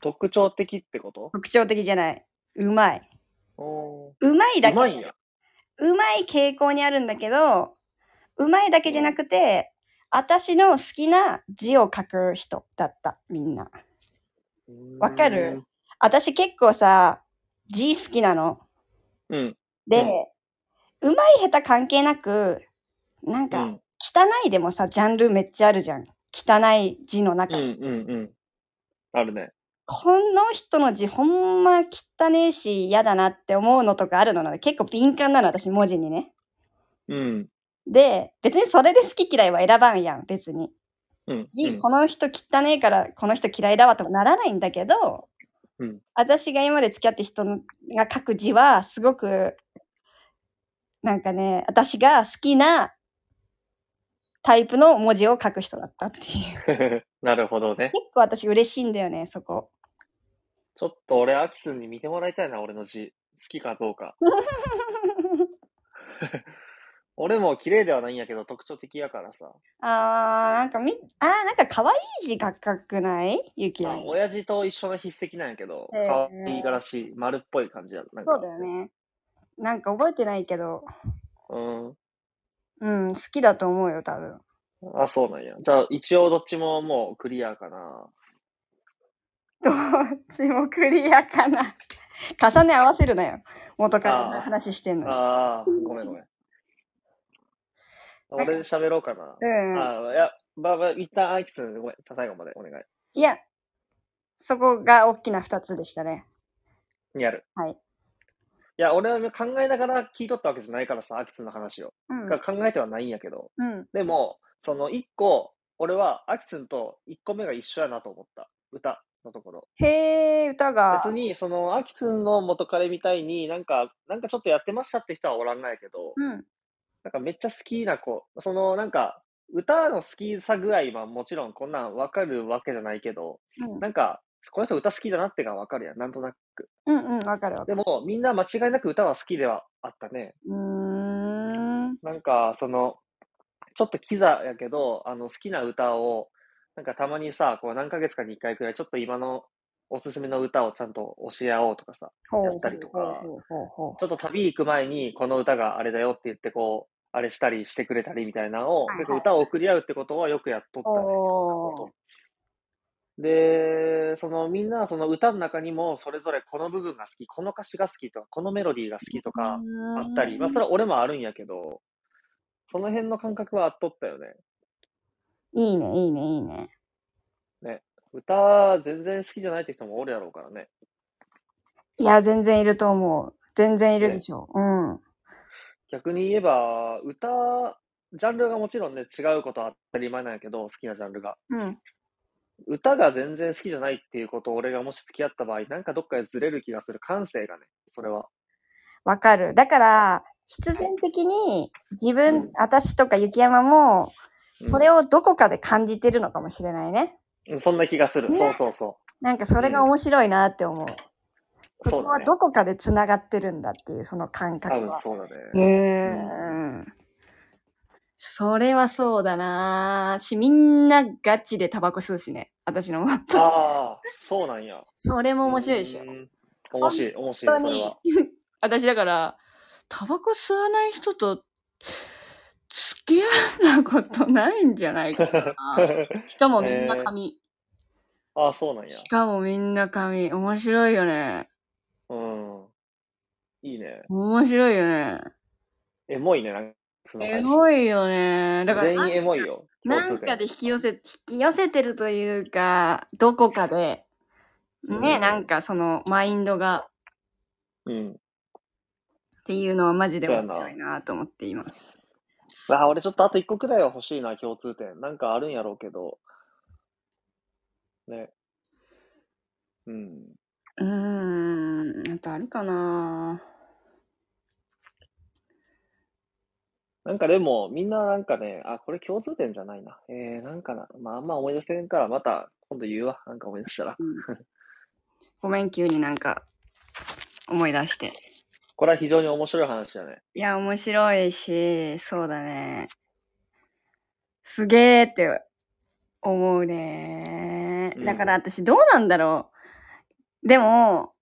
S2: 特徴的ってこと
S1: 特徴的じゃないうまい
S2: お
S1: うまいだけじゃ
S2: ー。うま
S1: ない
S2: んや。
S1: うまい傾向にあるんだけどうまいだけじゃなくて私の好きな字を書く人だったみんなわかる私結構さ字好きなの
S2: うん。
S1: で、うまい下手関係なく、なん
S2: う
S1: か、
S2: ん。
S1: 汚いでもさ、ジャンルめっちゃあるじゃん。汚い字の
S2: う
S1: 中。
S2: ん。うん。うん。あるね。
S1: この人の字ほんま汚ねえし嫌だなって思うのとかあるのなので、結構敏感なの、私、文字にね。
S2: うん。
S1: で、別にそれで好き嫌いは選ばんやん、別に。
S2: うん。
S1: 字、
S2: うん
S1: この人汚ねえから、この人嫌いだわともならないんだけど、
S2: うん
S1: 私が今まで付き合って人のが書く字は、すごく、なんかね、私が好きなタイプの文字を書く人だったって いう。
S2: なるほどね。
S1: 結構私嬉しいんだよね、そこ。
S2: ちょっと俺、アキスに見てもらいたいな、俺の字。好きかどうか。俺も綺麗ではないんやけど、特徴的やからさ。
S1: あー、なんかみ、あー、なんか可愛い字が書くないゆき
S2: ま
S1: は
S2: あ。親父と一緒の筆跡なんやけど、
S1: へー
S2: 可愛いがらしい、丸っぽい感じだ。なんか
S1: そうだよ。ね。なんか覚えてないけど、
S2: う
S1: うん、好きだと思うよ、多分。
S2: ん。あ、そうなんや。じゃあ、一応どっちももうクリアかな。
S1: どっちもクリアかな。重ね合わせるなよ。元からの話してんのに。
S2: ああ、ごめんごめん。俺喋ろうかな。
S1: うん。
S2: あいや、ばば、一旦アイキス、ごめん、最後までお願い。
S1: いや、そこが大きな二つでしたね。
S2: やる。
S1: はい。
S2: いや、俺は考えながら聞いとったわけじゃないからさ、アキツの話を。
S1: うん。
S2: だから考えてはないんやけど。
S1: うん。
S2: でも、その一個、俺はアキツンと一個目が一緒やなと思った。歌のところ。
S1: へえ、歌が。
S2: 別に、その、アキツンの元彼みたいになんか、なんかちょっとやってましたって人はおらんないけど、
S1: うん。
S2: なんかめっちゃ好きな子、その、なんか、歌の好きさ具合はもちろんこんなんわかるわけじゃないけど、
S1: うん
S2: なんか、この人歌好きだなってがわかるやん、なんとなく。
S1: うんうん、わかるわか
S2: で
S1: る。
S2: も、みんな間違いなく歌は好きではあったね。
S1: うーん。
S2: なんか、その、ちょっとキザやけど、あの、好きな歌を、なんかたまにさ、こう何ヶ月かに一回くらい、ちょっと今のおすすめの歌をちゃんと教え合おうとかさ、
S1: ほう
S2: やったりとか
S1: ほうほうほうほ
S2: ちょっと旅行く前にこの歌があれだよって言ってこう、あれしたりしてくれたりみたいなのを、
S1: はいはい
S2: 結構歌を送り合うってことはよくやっとったね。
S1: おー
S2: で、そのみんなはその歌の中にもそれぞれこの部分が好き、この歌詞が好きとか、このメロディーが好きと
S1: う
S2: かあ
S1: あ
S2: ったり、まあそれは俺もあるんやけど、その辺の感覚はあっとったよね。
S1: いいね、いいね、いいね。
S2: 歌全然好きじゃないって人もおるやろうからね。
S1: いや、全然いると思う。全然いるでしょ。うん。
S2: 逆に言えば、歌、ジャンルがもちろんね、違うことは当たり前なんやけど、好きなジャンルが。
S1: うん。
S2: 歌が全然好きじゃないっていうことを俺がもし付き合った場合、なんかどっかでずれる気がする感性がね、それは。
S1: わかる。だから、必然的に自分、私とか雪山も、それ
S2: を、
S1: をどこかで感じてるのかもしれないね。
S2: うんそんな気がする。
S1: ね
S2: そうそうそ
S1: なんかそれが面白いなって思う。
S2: う。
S1: そ
S2: そ
S1: こ
S2: うだ
S1: は
S2: ね。
S1: どこかで繋がってるんだっていう、その感
S2: 多
S1: 覚
S2: 分
S1: は。
S2: そうだね。
S1: うん。それはそうだなし、みんなガチでタバコ吸うしね。私のも。
S2: ああ、そうなんや。
S1: それも面白いでしょ
S2: う。ん。面白い、面白
S1: 本
S2: い、
S1: 当
S2: それ
S1: に
S2: は。。
S1: 私だから、タバコ吸わない人と付き合ったことないんじゃないか な。しかもみんな紙。
S2: ああ、そうなんや。
S1: しかもみんな紙。面白いよね。
S2: うん。いいね。
S1: 面白いよね。
S2: エモいね、なんか。その
S1: エ
S2: 配信
S1: モいよね。だから
S2: 全員エモいよ。
S1: なんかで引き寄せ、引き寄せてるというか、どこかで、ね、
S2: うん
S1: なんかそのマインドが
S2: うん。
S1: っていうのはマジで
S2: そうや
S1: 面
S2: な
S1: 白いなと思っています。
S2: ああ、俺ちょっとあと一個くらいは欲しいな、共通点。なんかあるんやろうけど。ね。うん。
S1: うーん、あとあるかな
S2: なんかでも、みんななんかね、あ、これ共通点じゃないな。えー、なんかな。まあ、あんま思い出せんから、また今度言うわ。なんか思い出したら。
S1: ごめん、急になんか思い出して。
S2: これは非常に面白い話だね。
S1: いや、面白いし、そうだね。すげーって思うね
S2: う。ん
S1: だから私どうなんだろう。でも、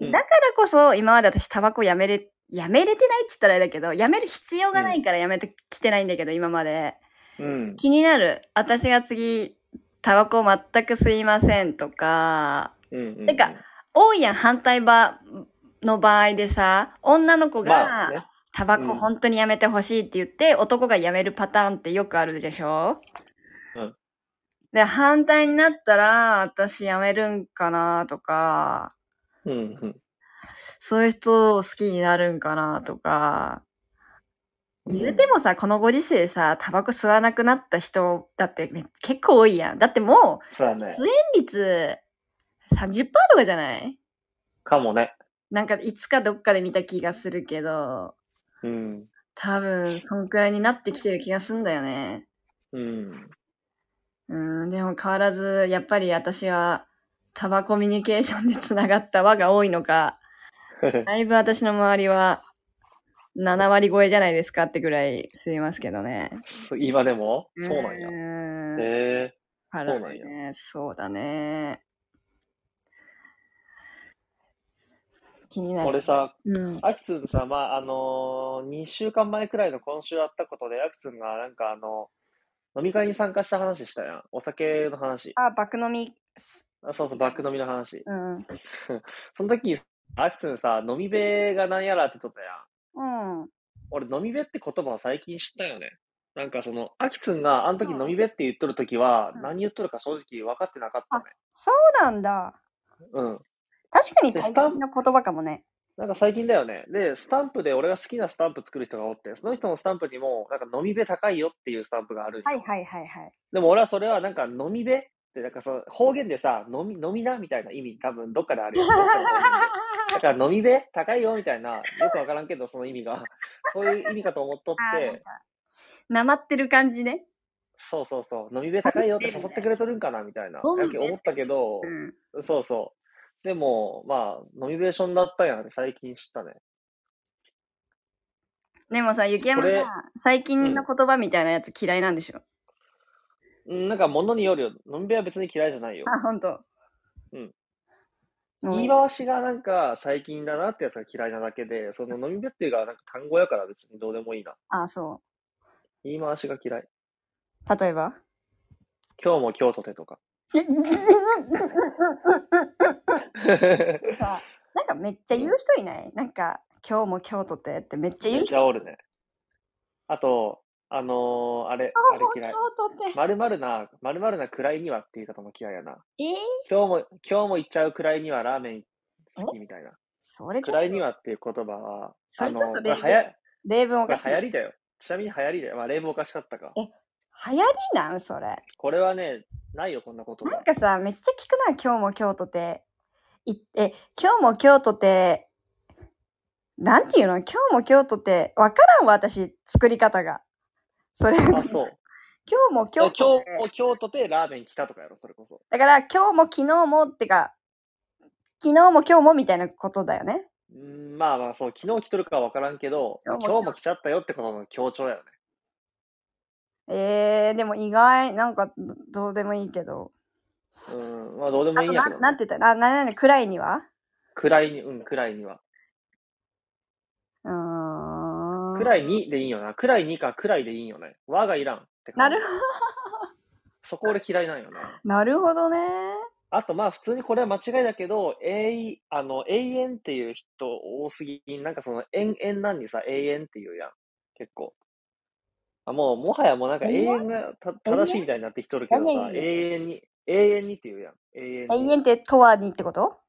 S2: うん
S1: だからこそ今まで私タバコやめれ、やめれてないって言ったらあれだけど、やめる必要がないからやめてきてないんだけど、今まで。
S2: うん。
S1: 気になる。私が次、タバコ全く吸いませんとか、
S2: うんうん、うん。
S1: てか、多いやん、反対場の場合でさ、女の子が、
S2: まあね。
S1: タバ
S2: うん
S1: コ本当にやめてほしいって言って、男がやめるパターンってよくあるでしょ
S2: うん。
S1: で、反対になったら、私やめるんかなとか、
S2: うんうん。
S1: そういう人を好きになるんかなとか、
S2: うん
S1: 言うてもさ、このご時世さ、タバコ吸わなくなった人だってめ結構多いやん。だっても
S2: そうだ
S1: う、
S2: ね
S1: 喫。煙率30%とかじゃない
S2: かもね。
S1: なんかいつかどっかで見た気がするけど、
S2: うん。
S1: 多分そんくらいになってきてる気がすんだよね。
S2: うん。
S1: うん、でも変わらず、やっぱり私は、タバコミュニケーションでつながった輪が多いのか、だいぶ私の周りは、7割超えじゃないですかってぐらい吸いますけどね。
S2: 今でもそうなんや。
S1: や。
S2: え
S1: 変わら
S2: そうな
S1: なんいね。そうだね。気に
S2: え
S1: なる。
S2: 俺、さ、
S1: うん。
S2: アキツンさ、まあ、あのー、2週間前くらいの今週あったことで、アキツンがなんかあの、飲み会に参加した話したやん。お酒の話。
S1: あ、爆飲み、す
S2: あそうそう、バック飲みの話。
S1: うん。うん。
S2: その時に、アキツンさ、飲み部がなんやらって言っとったやん。俺、飲み部って言葉を最近知ったよね。なんかその、アキツンがあの時
S1: うん
S2: 飲み部って言っとる時は
S1: う、ん
S2: 何言っとるか正直分かってなかったね。
S1: そうなんだ。
S2: うん。
S1: 確かに
S2: で
S1: 最
S2: スタ
S1: 近
S2: ン
S1: の言葉かもね。
S2: なんか最近だよね。で、スタンプで俺が好きなスタンプ作る人がおって、その人のスタンプにも、なんか飲み部高いよっていうスタンプがあるんよ。
S1: はいはいはいはい。
S2: でも俺はそれはなんか飲み部って、なんかその方言でさ、飲み、飲みなみたいな意味多分どっ かであるよ。どっかの方言でだから飲み部高いよみたいな、よくわからんけどその意味が。そういう意味かと思っとっ
S1: あーなん
S2: て、
S1: かなまってる感じね。
S2: そうそうそう、飲み部高いよって誘ってくれとるんかなみたいな。
S1: 飲み
S2: や
S1: 部
S2: け思ったけど、
S1: ん。
S2: そうそう。でも、まあ、飲みベーションだったんやなって最近知ったね。
S1: でもさ、雪山
S2: これ
S1: さ、最近の言葉みたいなやつ嫌いなんでしょ、
S2: うん、なんか物によるよ。飲み部は別に嫌いじゃないよ。
S1: あ、ほんと。
S2: うん。
S1: の
S2: 言い回しがなんか最近だなってやつが嫌いなだけで、その飲みべっていうがなんか単語やから別にどうでもいいな。
S1: あ、そ
S2: 言い回しが嫌い。
S1: う。例えば
S2: 今日も今日とてとか。
S1: さ、なんかめっちゃ言う人いないなんか、今日も今日とてってめっちゃ
S2: め
S1: 言う
S2: っ
S1: 人
S2: ちゃおるね。あと、あのーあれ、あ
S1: 今
S2: れ
S1: 日も
S2: 嫌い。
S1: 今日とて。
S2: まるまるな、まるまるな位にはっていう方も嫌いやな。
S1: えー、
S2: 今日も、今日も行っちゃう位にはラーメン好きみたいな。
S1: それちょ
S2: 位
S1: っ
S2: に
S1: と
S2: はっていう言葉は、
S1: それちょっと
S2: あの
S1: 例
S2: これは
S1: 文
S2: や、こ
S1: 例文お
S2: れ
S1: かしい。
S2: 流行
S1: 流
S2: りだよ。ちなみに流行りだよ。まあ、例文おかしかったか。
S1: 行りなんそれ。
S2: これはね、ないよ、こんな言
S1: なん
S2: 葉。
S1: かさ、めっちゃ聞くな、今日も今日とて。いえ、今日も今日とて、なんていうの今日も今日とて、わからんわ、私、作り方が。それが
S2: あ、そう。
S1: 今日も今
S2: 今
S1: 日と
S2: 日
S1: て。
S2: も今日とてラーメン来たとかやろ、それこそ。
S1: だから、今日も昨日もってか、昨日も今日もみたいなことだよね。
S2: うーんまあまあ、そう、昨日来とるかはわからんけど、
S1: 今
S2: 今
S1: 日も
S2: 日も来ちゃったよってことの強調やよね。
S1: えー、でも意外、なんかど、どうでもいいけど。
S2: うん、まあ、どうでも
S1: あ
S2: いい
S1: と
S2: んや
S1: なん、
S2: けど、
S1: なん
S2: ね。
S1: て言ったら、な、な、な、くらいには
S2: 位に、うん、位には。
S1: うーん。
S2: くらいにでいいよな。くらいにかくらいでいいよね。和がいらんって
S1: な
S2: 感じ。
S1: るほ
S2: そこ俺嫌いなんよな。
S1: ど、なるほどね。
S2: あとまあ普通にこれは間違いだけど、永い、あの、永遠っていう人多すぎに、なんかその延々なんにさ、永遠っていうやん。結構。あもう、もはやもうなんか永遠がた正しいみたいになってきとるけどさ、
S1: 永
S2: 永遠に、永遠にっていうやん。永遠
S1: 永
S2: に。
S1: 遠って、とはにってこと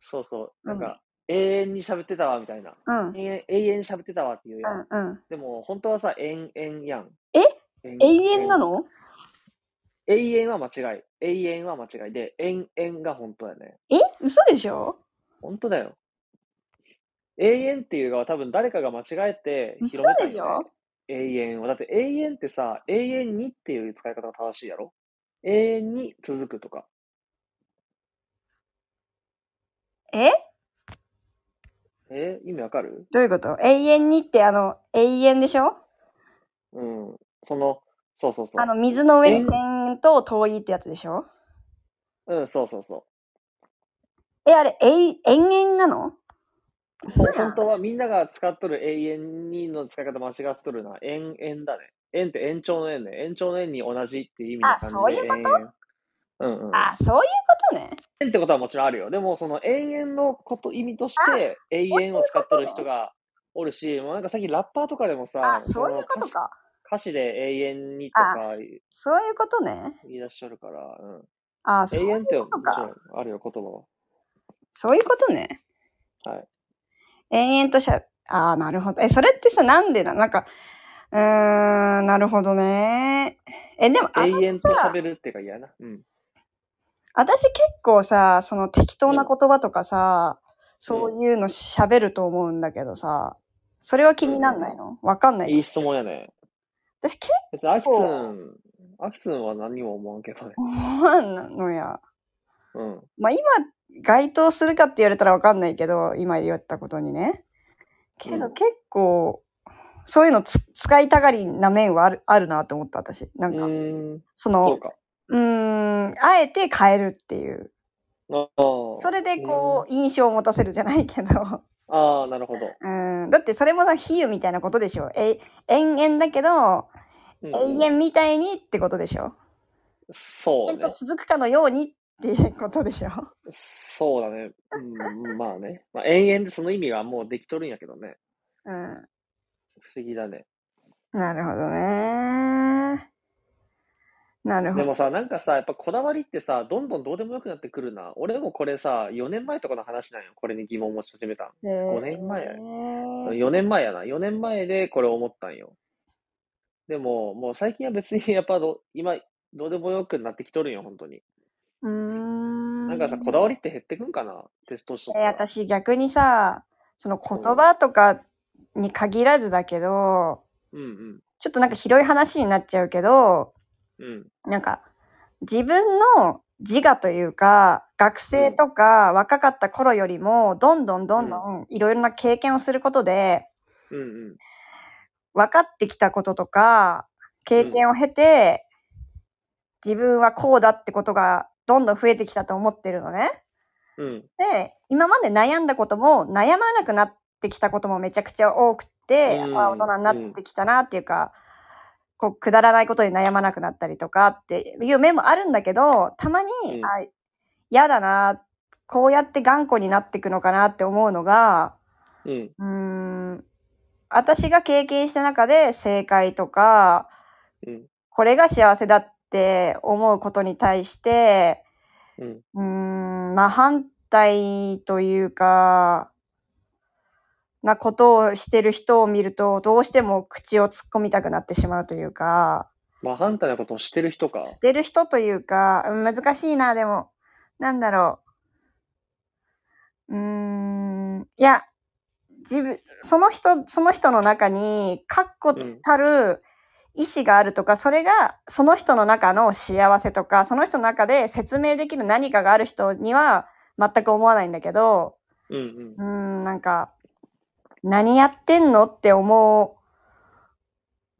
S2: そうそう。
S1: う
S2: なんんか、永遠に喋ってたわ、みたいな。
S1: うん。うん、
S2: 永遠、永遠に喋ってたわっていうやん。
S1: うん。
S2: でも、本当はさ、延々やん。え
S1: 永遠なの
S2: 永遠は間違い。永遠は間違いで、永遠が本当だね。
S1: え嘘でしょ
S2: 本当だよ。永遠っていうのは多分誰かが間違えて
S1: 嘘
S2: めた
S1: で
S2: ん
S1: し
S2: よ
S1: ょ
S2: ね永遠は。だって永遠ってさ、永遠にっていう使い方が正しいやろ永遠に続くとか。
S1: え
S2: えー意味わかる
S1: どういうこと永遠にってあの永遠でしょ
S2: うん。その、そうそうそう
S1: あ。の水の上に
S2: え
S1: 点と遠いってやつでしょ
S2: うん、そうそうそう。
S1: えあれ永遠遠なの嘘や
S2: 本
S1: ん
S2: 当はみんなが使っとる永遠にの使い方間違っとるな。延々だね。延って延長の延ね。延長の延に同じっていう意味の
S1: あ
S2: 感じで。
S1: そういうこと
S2: とうんうん。
S1: あそういうことね
S2: 延ってことはもちろんあるよ。でもその延々のこと意味として永遠を使っとる人がおるし、もうなんか最近ラッパーとかでもさ、
S1: あそういうこと
S2: その
S1: か
S2: 歌詞歌詞で永遠にとか
S1: そういうことね
S2: 言い出しとるから、うん、
S1: あそう
S2: 永
S1: い
S2: 遠って
S1: う
S2: も
S1: こ
S2: ち
S1: と
S2: ろん
S1: か
S2: あるよ、言葉は。
S1: そういうことね
S2: はい
S1: 延々としゃあーなるほどえそれってさなんでななんかうーんなるほどねえでも
S2: 永遠
S1: 私
S2: と
S1: さ
S2: 喋るってが嫌な。うん。
S1: 私結構さ、その適当な言葉とかさ、そういうの喋ると思うんだけどさ、それは気になんないのわかんないい
S2: い。質問やね。
S1: 私結
S2: 別にアキツン、アキツンは何も思わんけどね。
S1: 構なのや。
S2: うん。
S1: まあ今、該当するかって言われたらわかんないけど、今言ったことにね。け
S2: う
S1: ど
S2: ん
S1: 結構、そういうのつ使いたがりな面はあるあるなと思った私。なんか、
S2: うーん。
S1: そ
S2: そう
S1: の、
S2: か。
S1: うーん、あえて変えるっていう。
S2: あ
S1: そ
S2: あ。
S1: れでこう、印象を持たせるじゃないけど。
S2: ああ、なるほど。
S1: うんだってそれもさ比喩みたいなことでしょえ永遠だけど、
S2: うん
S1: 永遠みたいにってことでしょ
S2: そう
S1: 永遠
S2: ね
S1: と。続くかのようにっていうことでしょ
S2: そうだね。うん、まあね。まあ、延々でその意味はもうできとるんやけどね。
S1: うん
S2: 不思議だね。
S1: なるほどねなるほ
S2: で
S1: ど
S2: もさ、なんかさ、やっぱこだわりってさ、どんどんどうでもよくなってくるな。俺もこれさ、4年前とかの話なんよ。これに疑問を持ち始めた5年前やの。4年前やな。4年前でこれ思ったんよ。でも、もう最近は別にやっぱど、今、どうでもよくなってきとるんよ、本当に。
S1: うーん
S2: なんかさ、こだわりって減ってくんかなテストしとっ
S1: え
S2: たら。
S1: 私逆にさその言葉とかに限らずだけど
S2: うんうん。
S1: ちょっとなんか広い話になっちゃうけど
S2: うん。
S1: なんか、自分の自我というか、学生とか若かった頃よりも、どんどんどんどんいろいろな経験をすることで、
S2: うんうん。
S1: 分かってきたこととか、経験を経て、自分はこうだってことがどんどん増えてきたと思ってるのね。
S2: うん。
S1: で、今まで悩んだことも悩まなくなってきたこともめちゃくちゃ多くて、
S2: うん
S1: まあ大人になってきたなっていうか、こう、くだらないことに悩まなくなったりとかっていう面もあるんだけど、たまに、
S2: うん
S1: あ、嫌だな、こうやって頑固になっていくのかなって思うのが、
S2: うん。
S1: うーん、私が経験した中で正解とか、
S2: うん。
S1: これが幸せだって思うことに対して、
S2: うん。
S1: うーん、まあ反対というか、なことをしてる人を見ると、どうしても口を突っ込みたくなってしまうというか、
S2: まあ、反対なことをしてる人か。
S1: してる人というか、うん難しいな、でも、なんだろう。うーん、いや、自分、その人、その人の中に、確固たる意志があるとか、それが、その人の中の幸せとか、その人の中で説明できる何かがある人には、全く思わないんだけど、
S2: うんうん
S1: うーん、なんか、何やってんのって思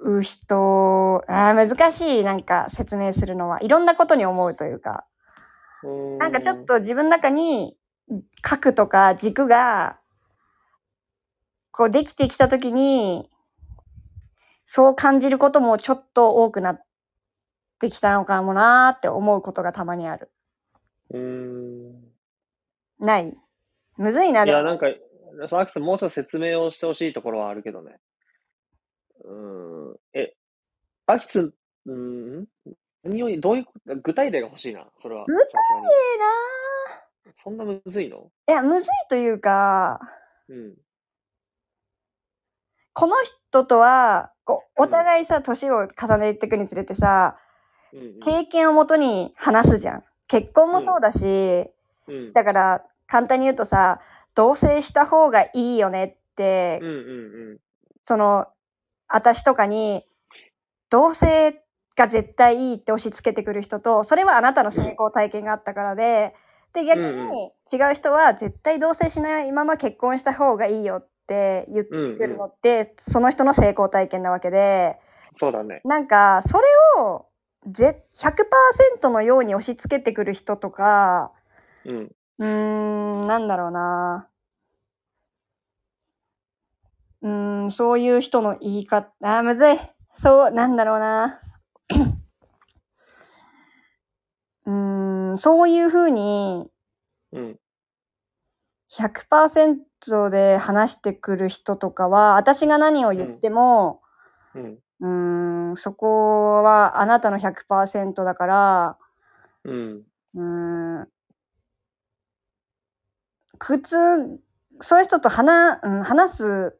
S1: う人、あー難しい、なんか説明するのは。いろんなことに思うというか。
S2: うーん。
S1: なんかちょっと自分の中に核とか軸が、こうできてきたときに、そう感じることもちょっと多くなってきたのかもなーって思うことがたまにある。
S2: うーん。
S1: ないむずいな、
S2: い
S1: でも
S2: や、なんか、佐々木さん、もうちょっと説明をしてほしいところはあるけどね。うーん。え、アキツ、うーん何を、どういう、具体例が欲しいな、それは。
S1: 具
S2: 体
S1: えーな
S2: そんなむずいの
S1: ーいや、むずいというか、
S2: うん。
S1: この人とはこう
S2: うん
S1: お互いさ年を重ねていくにつれてさ
S2: うんうん。
S1: 経験をもとに話すじゃん結婚もそうだし、
S2: うん。
S1: だから簡単に言うとさ同棲した方がいいよねって、
S2: うんうん
S1: その私とかに同棲が絶対いいって押し付けてくる人とそれはあなたの成功体験があったからで、で逆
S2: うん
S1: に違う人は絶対同棲しないまま結婚した方がいいよって言ってくるのって、その人の成功体験なわけで
S2: そうだね。
S1: なんかそれをぜ100%のように押し付けてくる人とか
S2: うん。
S1: うーん、なんだろうな。うーん、そういう人の言い方、あー、むずい。そう、なんだろうな。 うーん、そういうふうに
S2: うん。
S1: 100%で話してくる人とかは、私が何を言っても、
S2: うん。
S1: うーん、そこはあなたの100%だから、
S2: うん。
S1: うーん普通、そういう人と話、うん、話す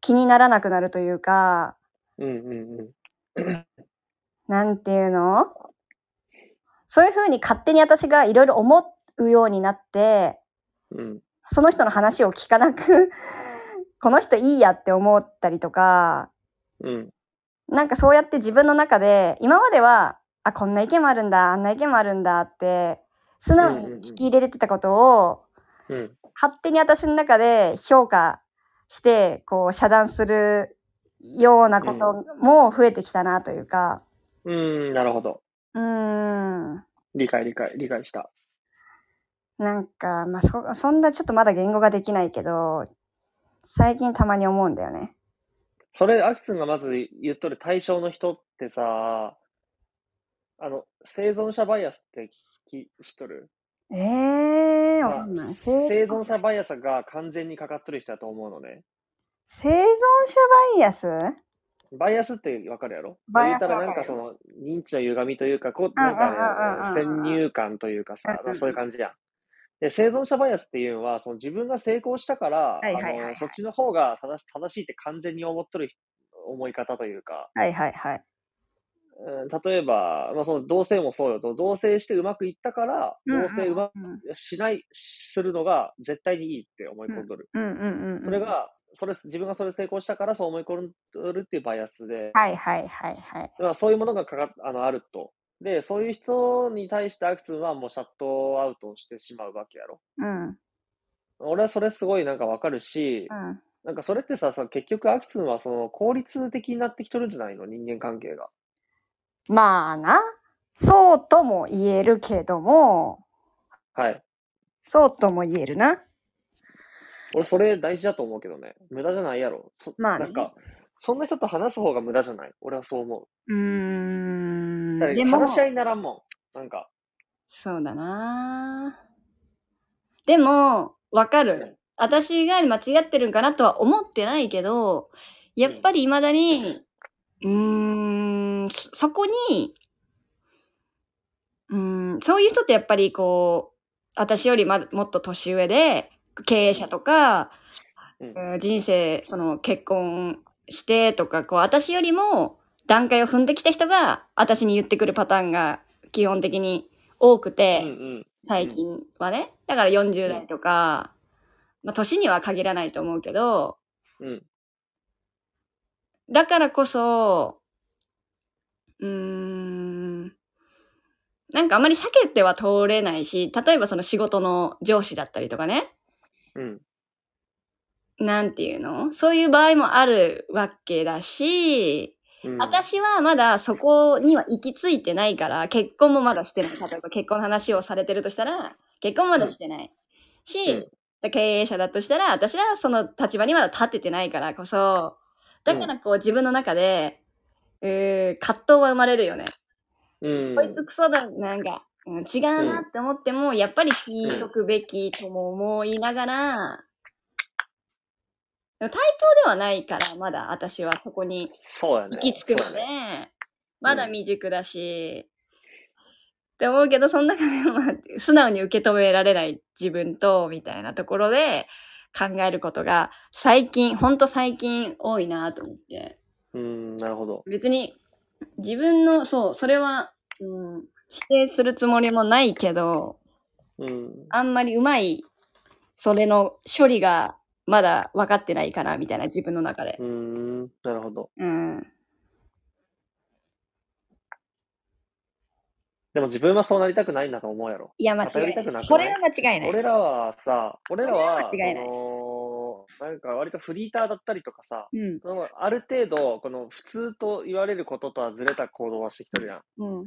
S1: 気にならなくなるというか、
S2: うんうんうん。
S1: なんていうのそういうふうに勝手に私がいろいろ思うようになって、
S2: うん。
S1: その人の話を聞かなく、 この人いいやって思ったりとか、
S2: うん。
S1: なんかそうやって自分の中で、今までは、あ、こんな意見もあるんだ、あんな意見もあるんだって、素直に聞き入れれてたことを、
S2: うん。
S1: 勝手に私の中で評価して、こう、遮断するようなことも増えてきたなというか、
S2: うん。なるほど。
S1: うーん、
S2: 理解理解、理解した。
S1: なんか、まあ、そ、そんなちょっとまだ言語ができないけど、最近たまに思うんだよね。
S2: それ、アキツンがまず言っとる対象の人ってさ、あの、生存者バイアスってき知っとる
S1: ええー、わかん
S2: ま
S1: な
S2: あ
S1: い。
S2: 生存者バイアスが完全にかかっとる人だと思うのね。
S1: 生存者バイアス
S2: バイアスってわかるやろ
S1: バイアス
S2: 言うたらなんか
S1: わか
S2: そ
S1: る
S2: の認知の歪みというか、こう、
S1: うんううんうん
S2: なんんかね、先入観というかさ、
S1: うんうん
S2: そういう感じやん。で、生存者バイアスっていうのは、その自分が成功したから、
S1: はいはいはいはい
S2: あのそっちの方が正し正しいって完全に思っとる人思い方というか、
S1: はいはいはい。
S2: うん例えば、まあ、その同性もそうよと、同性してうまくいったから、同性うま
S1: うんうん
S2: くしない、するのが絶対にいいって思い込んどる。
S1: うんうんうん。
S2: それ、が、それ、自分がそれ成功したからそう思い込んどるっていうバイアスで、
S1: はいはいはいはい。
S2: まあ、そういうものがかかっあのあると。で、そういう人に対してアクツンはもうシャットアウトしてしまうわけやろ。
S1: うん。うん。
S2: 俺はそれすごいなんかわかるし、なんかそれってさ、さ結局アクツンはその効率的になってきとるんじゃないの人間関係が。
S1: まあな、そうとも言えるけども、
S2: はい。
S1: そうとも言えるな。
S2: 俺、それ大事だと思うけどね。無駄じゃないやろ。そ
S1: まあね
S2: なんか、そんな人と話す方が無駄じゃない。俺はそう思
S1: うー
S2: う。
S1: ん。
S2: だって
S1: でも、
S2: 話し合いにならんもん。なんか、
S1: そうだなでも、わかる。私が間違ってるんかなとは思ってないけど、やっぱり未だに、うーん、そそこに、うーん、そういう人ってやっぱりこう、私よりまもっと年上で、経営者とか、
S2: うん。
S1: うん人生、その結婚してとか、こう、私よりも段階を踏んできた人が、私に言ってくるパターンが基本的に多くて、
S2: うんうん。
S1: 最近はね。だから40代とか、まあ、年には限らないと思うけど、
S2: うん。
S1: だからこそ、うーん、なんかあまり避けては通れないし、例えばその仕事の上司だったりとかね、
S2: うん。
S1: なんていうのそういう場合もあるわけだし、
S2: うん。
S1: 私はまだそこには行き着いてないから、結婚もまだしてない。例えば結婚の話をされてるとしたら、結婚まだしてない。し、経営者だとしたら、私はその立場にまだ立ててないからこそ、だからこう自分の中で、えー葛藤は生まれるよね。
S2: うん。
S1: こいつクソだ、なんか、うん違うなって思っても、やっぱり聞いとくべきとも思いながら、でも対等ではないから、まだ私はそこに
S2: そうやね。
S1: 行き着く
S2: そ
S1: の
S2: う
S1: で、
S2: やね。
S1: まだ未熟だし、って思うけど、その中で、まあ、素直に受け止められない自分と、みたいなところで考えることが、最近、ほんと最近多いなと思って。
S2: うん、なるほど。
S1: 別に、自分の、そう、それは、うん、否定するつもりもないけど、
S2: うん。
S1: あんまりうまい、それの処理が、まだ分かってないかな、みたいな、自分の中で。
S2: うん、なるほど。
S1: うん。
S2: でも自分はそうなりたくないんだと思うやろ。
S1: いや、間違いない。
S2: 偏りたくなくない
S1: それは間違いない。
S2: 俺らはさ、俺らは、
S1: それは間違いない
S2: そのなんか割とフリーターだったりとかさ、
S1: うん。
S2: そのある程度、この普通と言われることとはずれた行動はしてきてるやん。
S1: うん。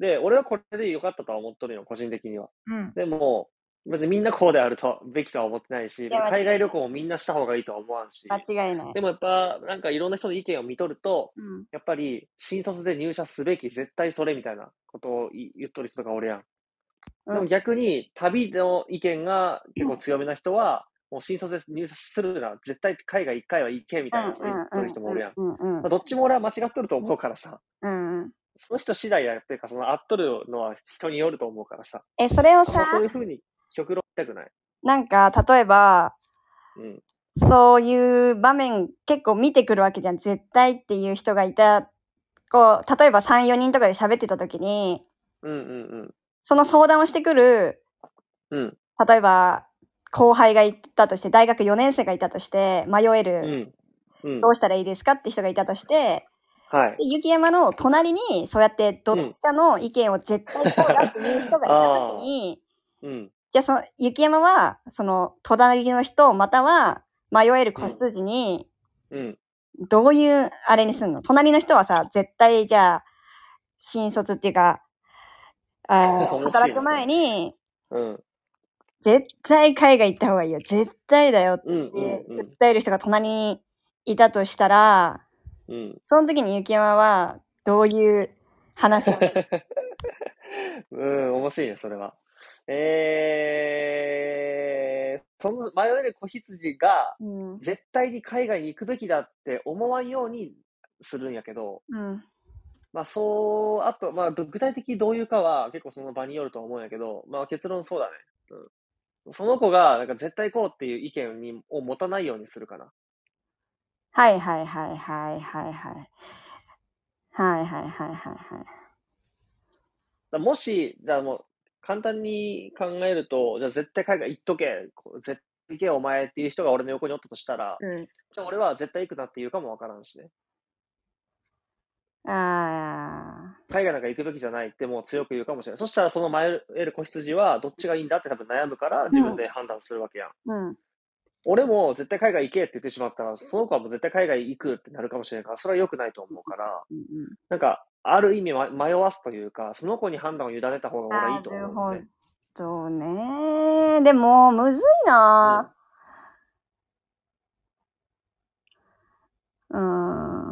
S2: で、俺はこれで良かったとは思っとるよ、個人的には。
S1: うん。
S2: でも、別にみんなこうであると、べきとは思ってないし、
S1: や間違いない
S2: 海外旅行もみんなした方がいいとは思わんし。
S1: 間違いない。
S2: でもやっぱ、なんかいろんな人の意見を見とると、
S1: うん。
S2: やっぱり新卒で入社すべき、絶対それみたいなことをい言っとる人が俺やん。
S1: うん
S2: でも逆に、旅の意見が結構強めな人は、もう新卒で入社するなら、絶対海外一回は行けみたいなこと言っとる人もおるやん。
S1: うんうん
S2: まあどっちも俺は間違っとると思うからさ、
S1: うんうん。
S2: その人次第やっていうか、その合っとるのは人によると思うからさ、
S1: え、それを
S2: あんま
S1: さ、
S2: そういうふうに極論したくない。
S1: なんか、例えば、
S2: うん。
S1: そういう場面結構見てくるわけじゃん。絶対っていう人がいた、こう、例えば3、4人とかで喋ってた時に、
S2: うんうん
S1: その相談をしてくる、
S2: うん。うん。
S1: 例えば、後輩がいたとして、大学4年生がいたとして、迷え
S2: う
S1: る、
S2: ん。うん
S1: ど。うしたらいいですかって人がいたとして、
S2: はい。
S1: で雪山の隣に、そうやってどっちかの意見を絶対こうだっていう人がいた時に、
S2: うん。
S1: じゃあその雪山はその隣の人または迷える子羊に
S2: うん。
S1: どういうあれにすんの、隣の人はさ絶対じゃあ新卒っていうかあー
S2: 面白いね
S1: 働く前に
S2: うん。
S1: 絶対海外行った方がいいよ絶対だよって
S2: うん。うん。うん
S1: 訴える人が隣にいたとしたら
S2: うん。
S1: その時に雪山はどういう 話を
S2: うん、面白いね、それは。えー、その迷える子羊が、
S1: うん
S2: 絶対に海外に行くべきだって思わんようにするんやけど、
S1: うん
S2: まあそう、あと、まあど具体的にどういうかは結構その場によると思うんやけど、まあ結論そうだね。うん、その子が、なんか絶対こうっていう意見にを持たないようにするかな。
S1: はいはいはいはいはいはいはいはいはいはいはい
S2: だもし、じゃあもう、簡単に考えると、じゃあ絶対海外行っとけ、こう絶対行けよお前っていう人が俺の横におったとしたら、
S1: うん
S2: じゃあ俺は絶対行くなって言うかもわからんしね。
S1: あ
S2: 海外なんか行くべきじゃないってもう強く言うかもしれない。そしたらその迷える子羊はどっちがいいんだって多分悩むから自分で判断するわけやん。
S1: あ、うん。
S2: 俺も絶対海外行けって言ってしまったら、その子はもう絶対海外行くってなるかもしれないから、それは良くないと思うから、なんか、ある意味ま迷わすというか、その子に判断を委ねた方が俺はいいと
S1: なる
S2: 思
S1: ほ
S2: うので。
S1: どねでも、むずいなぁうーん。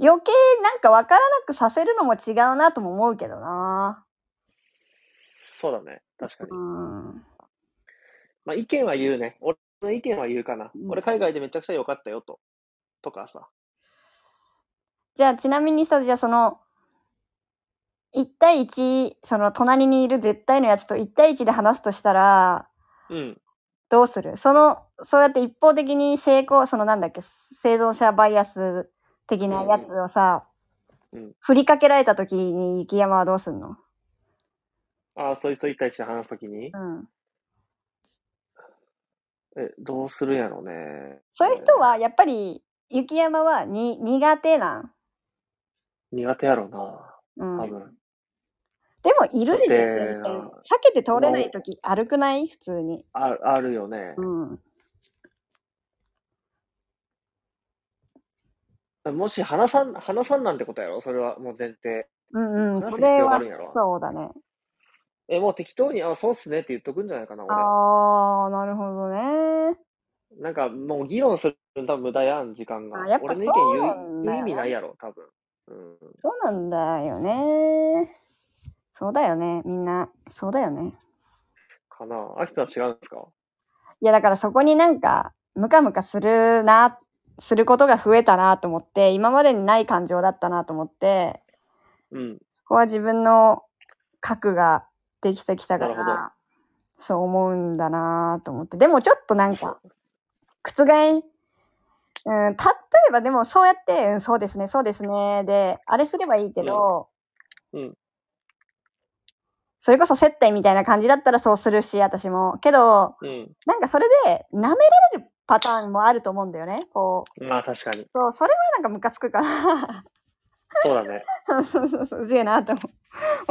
S1: 余計なんかわからなくさせるのも違うなとも思うけどな
S2: そうだね。確かに
S1: う。ん。
S2: まあ、意見は言うね。俺の意見は言うかな。
S1: うん
S2: 俺、海外でめちゃくちゃ良かったよと。とかさ。
S1: じゃあ、ちなみにさ、じゃあその、1対1、その隣にいる絶対のやつと1対1で話すとしたら、
S2: うん。
S1: どうするその、そうやって一方的に成功、そのなんだっけ、生存者バイアス的なやつをさ、
S2: うん
S1: 振りかけられた時に雪山はどうすんの
S2: ああ、そういう人に対して話すときに
S1: う、ん。
S2: え、どうするんやろうね。
S1: そういう人は、やっぱり、雪山はに苦手なん。
S2: 苦手やろ
S1: う
S2: う
S1: ん。
S2: な。多
S1: でも
S2: 分。
S1: いるでしょ、全
S2: 苦手
S1: 然。
S2: な
S1: 避けて通れない時あるくない普通に。
S2: ああるよね。
S1: うん。
S2: もし話さん、話さんなんてことやろそれはもう前提。
S1: うんうん。
S2: 話す
S1: そ
S2: 必
S1: れ
S2: 要があ
S1: は
S2: るんやろ
S1: そうだね。
S2: え、もう適当に、あ、そうっすねって言っとくんじゃないかな、俺。
S1: ああ、なるほどね。
S2: なんかもう議論するの多分無駄やん、時間が。
S1: あやっぱ
S2: 俺の意
S1: そうなんだよね
S2: 見言う言う意味ないやろ、多分。うん。
S1: そうなんだよね。そうだよね。みんな、そうだよね。
S2: かな。あきさん違うんですか
S1: いや、だからそこになんか、ムカムカするな、することが増えたなと思って、今までにない感情だったなと思って、
S2: うん。
S1: そこは自分の核ができてきたか
S2: なるほ
S1: ら、そう思うんだなと思って。でもちょっとなんか、覆、うん、例えばでもそうやって、うん、そうですね、そうですね、で、あれすればいいけど、
S2: うんうん
S1: それこそ接待みたいな感じだったらそうするし、私も。けど、
S2: うん。
S1: なんかそれで舐められるパターンもあると思うんだよね。こう。
S2: まあ確かに。
S1: そう、それはなんかムカつくから。
S2: そうだね。
S1: そうそうそう、うぜえなと思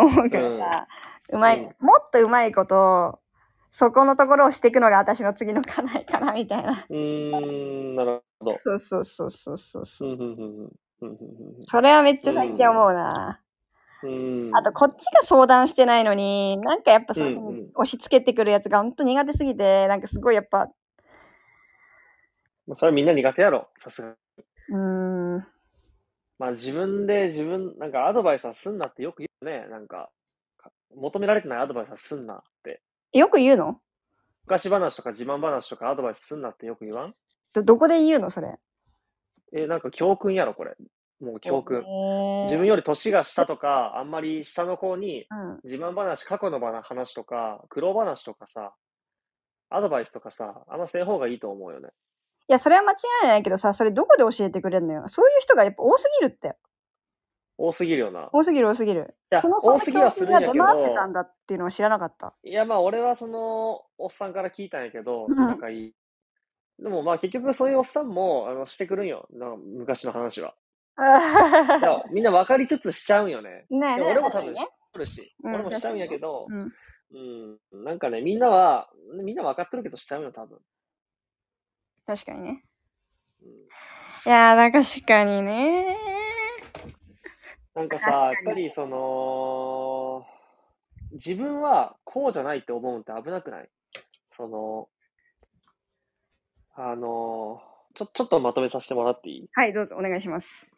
S1: う思うからさ。うまい、
S2: うん
S1: もっとうまいこと、そこのところをしていくのが私の次の課題かな、みたいな。
S2: うーん、なるほど。
S1: そうそうそうそうそう
S2: う
S1: そう。
S2: ん、うん、うんうんうん
S1: それはめっちゃ最近思うな。
S2: うん。うん。
S1: あと、こっちが相談してないのに、なんかやっぱそういうふう
S2: うん
S1: に
S2: うん
S1: 押し付けてくるやつがほんと苦手すぎて、なんかすごいやっぱ、
S2: まあそれはみんな苦手やろ。さすがに。
S1: うーん、
S2: まあ自分で自分、なんかアドバイスはすんなってよく言うね。なんか、か求められてないアドバイスはすんなって。
S1: よく言うの
S2: 昔話とか自慢話とかアドバイスすんなってよく言わん
S1: ど、どこで言うのそれ。
S2: え、なんか教訓やろ、これ。もう教訓。
S1: えー
S2: 自分より年が下とか、あんまり下の子に
S1: うん。
S2: 自慢話、過去の話とか、苦労話とかさ、アドバイスとかさ、あんません方がいいと思うよね。
S1: いや、それは間違いないけどさ、それどこで教えてくれるのよ。そういう人がやっぱ多すぎるって。
S2: 多すぎるよな。い
S1: 多すぎる多すぎる。
S2: や、
S1: そのそ
S2: 多
S1: の
S2: すぎは
S1: 教
S2: す
S1: 訓
S2: るんや
S1: が
S2: け
S1: 出
S2: ど、
S1: 回ってたんだっていうのは知らなかった。
S2: いや、まあ、俺はその、おっさんから聞いたんやけど、
S1: うん
S2: なんかいい。でも、まあ、結局、そういうおっさんも、あの、してくるんよ。な昔の話は。 いやみんな分かりつつしちゃうんよね。
S1: ねえ
S2: いや
S1: ねえ、
S2: 俺も
S1: 確
S2: 多
S1: か
S2: 分
S1: にね。
S2: あるし、
S1: うん
S2: 俺もしちゃうんやけど、
S1: うん、
S2: うん、なんかね、みんなは、みんな分かってるけどしちゃうよ、多分。
S1: 確かにね。
S2: うん
S1: いやー、なんか確かにね。
S2: なんかさ、
S1: 確か
S2: や
S1: に
S2: っぱりその、自分はこうじゃないって思うんって危なくないその、あのー、ちょ、ちょっとまとめさせてもらっていい
S1: はい、どうぞお願いします。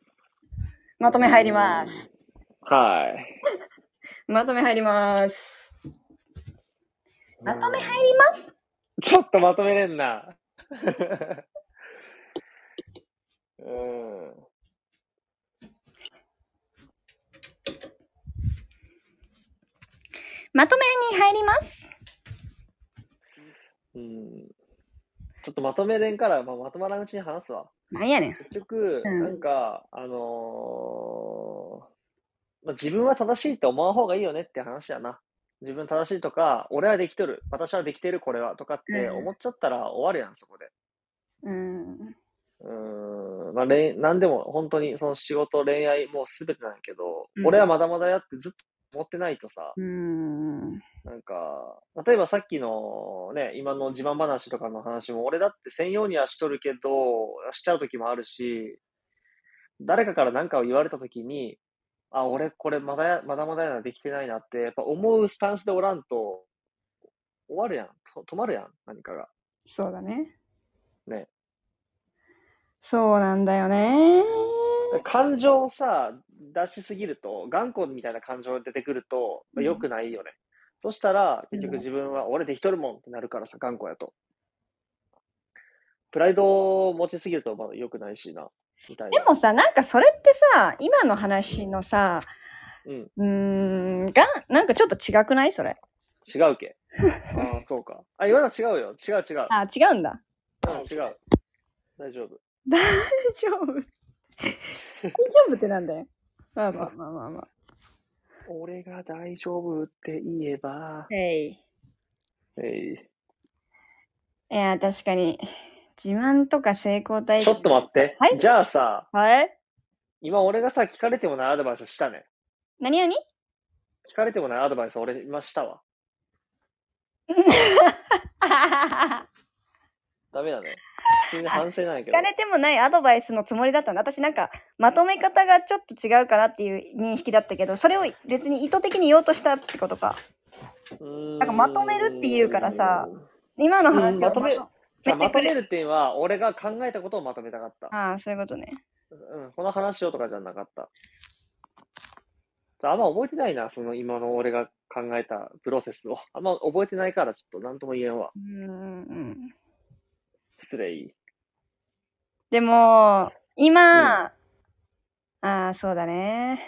S1: まとめ入ります。
S2: はい。
S1: まとめ入ります。まとめ入ります。
S2: ちょっとまとめれんな。 うん。
S1: まとめに入ります。
S2: うん。ちょっとまとめれんから、まあ、まとまらんうちに話すわ。
S1: なんやねん。
S2: 結局、
S1: うん
S2: なんか、あのーまあ、自分は正しいって思わん方がいいよねって話だな。自分正しいとか、俺はできとる、私はできてる、これは、とかって
S1: うん
S2: 思っちゃったら終わるやん、そこで。
S1: うん。
S2: うーん、まあ、恋、なんでも、本当に、その仕事、恋愛、もうすべてなんやけど、
S1: うん
S2: 俺はまだまだやってずっと思ってないとさ、
S1: うん。
S2: なんか、例えばさっきのね、今の自慢話とかの話も、俺だって専用にはしとるけど、しちゃう時もあるし、誰かから何かを言われた時に、あ、俺これまだやまだまだやな、できてないなって、やっぱ思うスタンスでおらんと、終わるやん。と止まるやん、何かが。
S1: そうだね。
S2: ね。
S1: そうなんだよね。
S2: 感情をさ、出しすぎると、頑固みたいな感情が出てくると、まあ、良くないよね。そしたら、結局自分は、俺できとるもんってなるからさ、頑固やと。プライドを持ちすぎると、まあ良くないしな、みたい
S1: で
S2: な。
S1: もさ、なんかそれってさ、今の話のさ、
S2: うん、
S1: うーん、が、なんかちょっと違くないそれ。
S2: 違うけ。ああ、そうか。あ、今の違うよ。違う違う。
S1: あ、違うんだ。
S2: うん、違う。大丈夫。
S1: 大丈夫。大丈夫ってなんだよ。まあまあまあまあまあ。
S2: 俺が大丈夫って言えば。
S1: えい。
S2: えい
S1: いや、確かに、自慢とか成功体験。
S2: ちょっと待って。
S1: はい
S2: じゃあさ、
S1: はい
S2: 今俺がさ、聞かれてもないアドバイスしたね。
S1: 何 々
S2: 聞かれてもないアドバイス俺今したわ。ダメだね。普通に反省なんやけ
S1: 聞
S2: ど
S1: か。れてもないアドバイスのつもりだったんだ。私なんか、まとめ方がちょっと違うかなっていう認識だったけど、それを別に意図的に言おうとしたってことか。
S2: な
S1: なんかまとめるっていうからさ。今の話を
S2: うんまとめじゃあまとめるっていうのは、俺が考えたことをまとめたかった。
S1: ああ、そういうことね。
S2: うん、この話をとかじゃなかった。あんま覚えてないな、その今の俺が考えたプロセスを。あんま覚えてないからちょっと何とも言えんわ。
S1: うんうんうん。
S2: 失礼。
S1: でも、今、ああ、そうだね。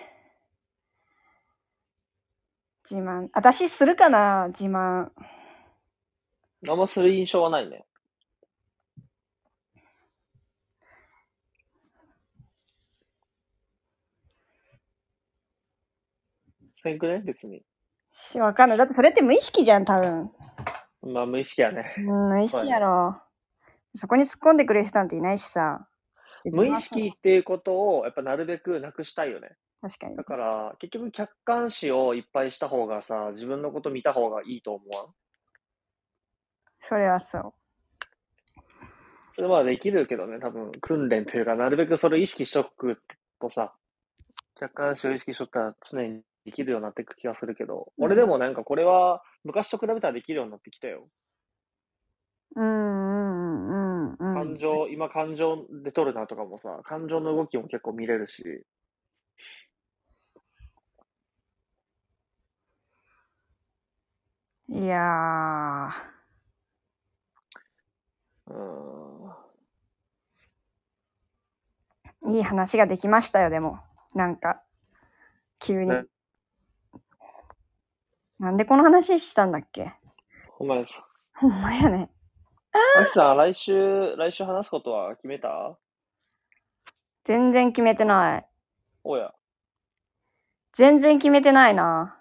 S1: 自慢。私するかな自慢。
S2: あんまする印象はないね。せんくね別に。
S1: しわかんない。だってそれって無意識じゃん、多分。
S2: まあ無意識 やね。
S1: うん、無意識やろ。そこに突っ込んでくれる人なんていないしさ。
S2: 無意識っていうことをやっぱなるべくなくしたいよね。
S1: 確かに
S2: だ。から結局客観視をいっぱいした方がさ、自分のこと見た方がいいと思わん
S1: それはそう。
S2: それはできるけどね、多分訓練というか、なるべくそれを意識しとくとさ、客観視を意識しとったら常にできるようになっていく気がするけど、
S1: うん
S2: 俺でもなんかこれは昔と比べたらできるようになってきたよ。
S1: うんうんうんうんうん
S2: 感。情、今感情で取るなとかもさ、感情の動きも結構見れるし、
S1: いやー。
S2: うーん。
S1: いい話ができましたよ、でも。なんか、急に
S2: ね。
S1: なんでこの話したんだっけ
S2: お前さ、
S1: ほんまやね。
S2: あきさん、来週、来週話すことは決めた
S1: 全然決めてない。
S2: おや、
S1: 全然決めてないな。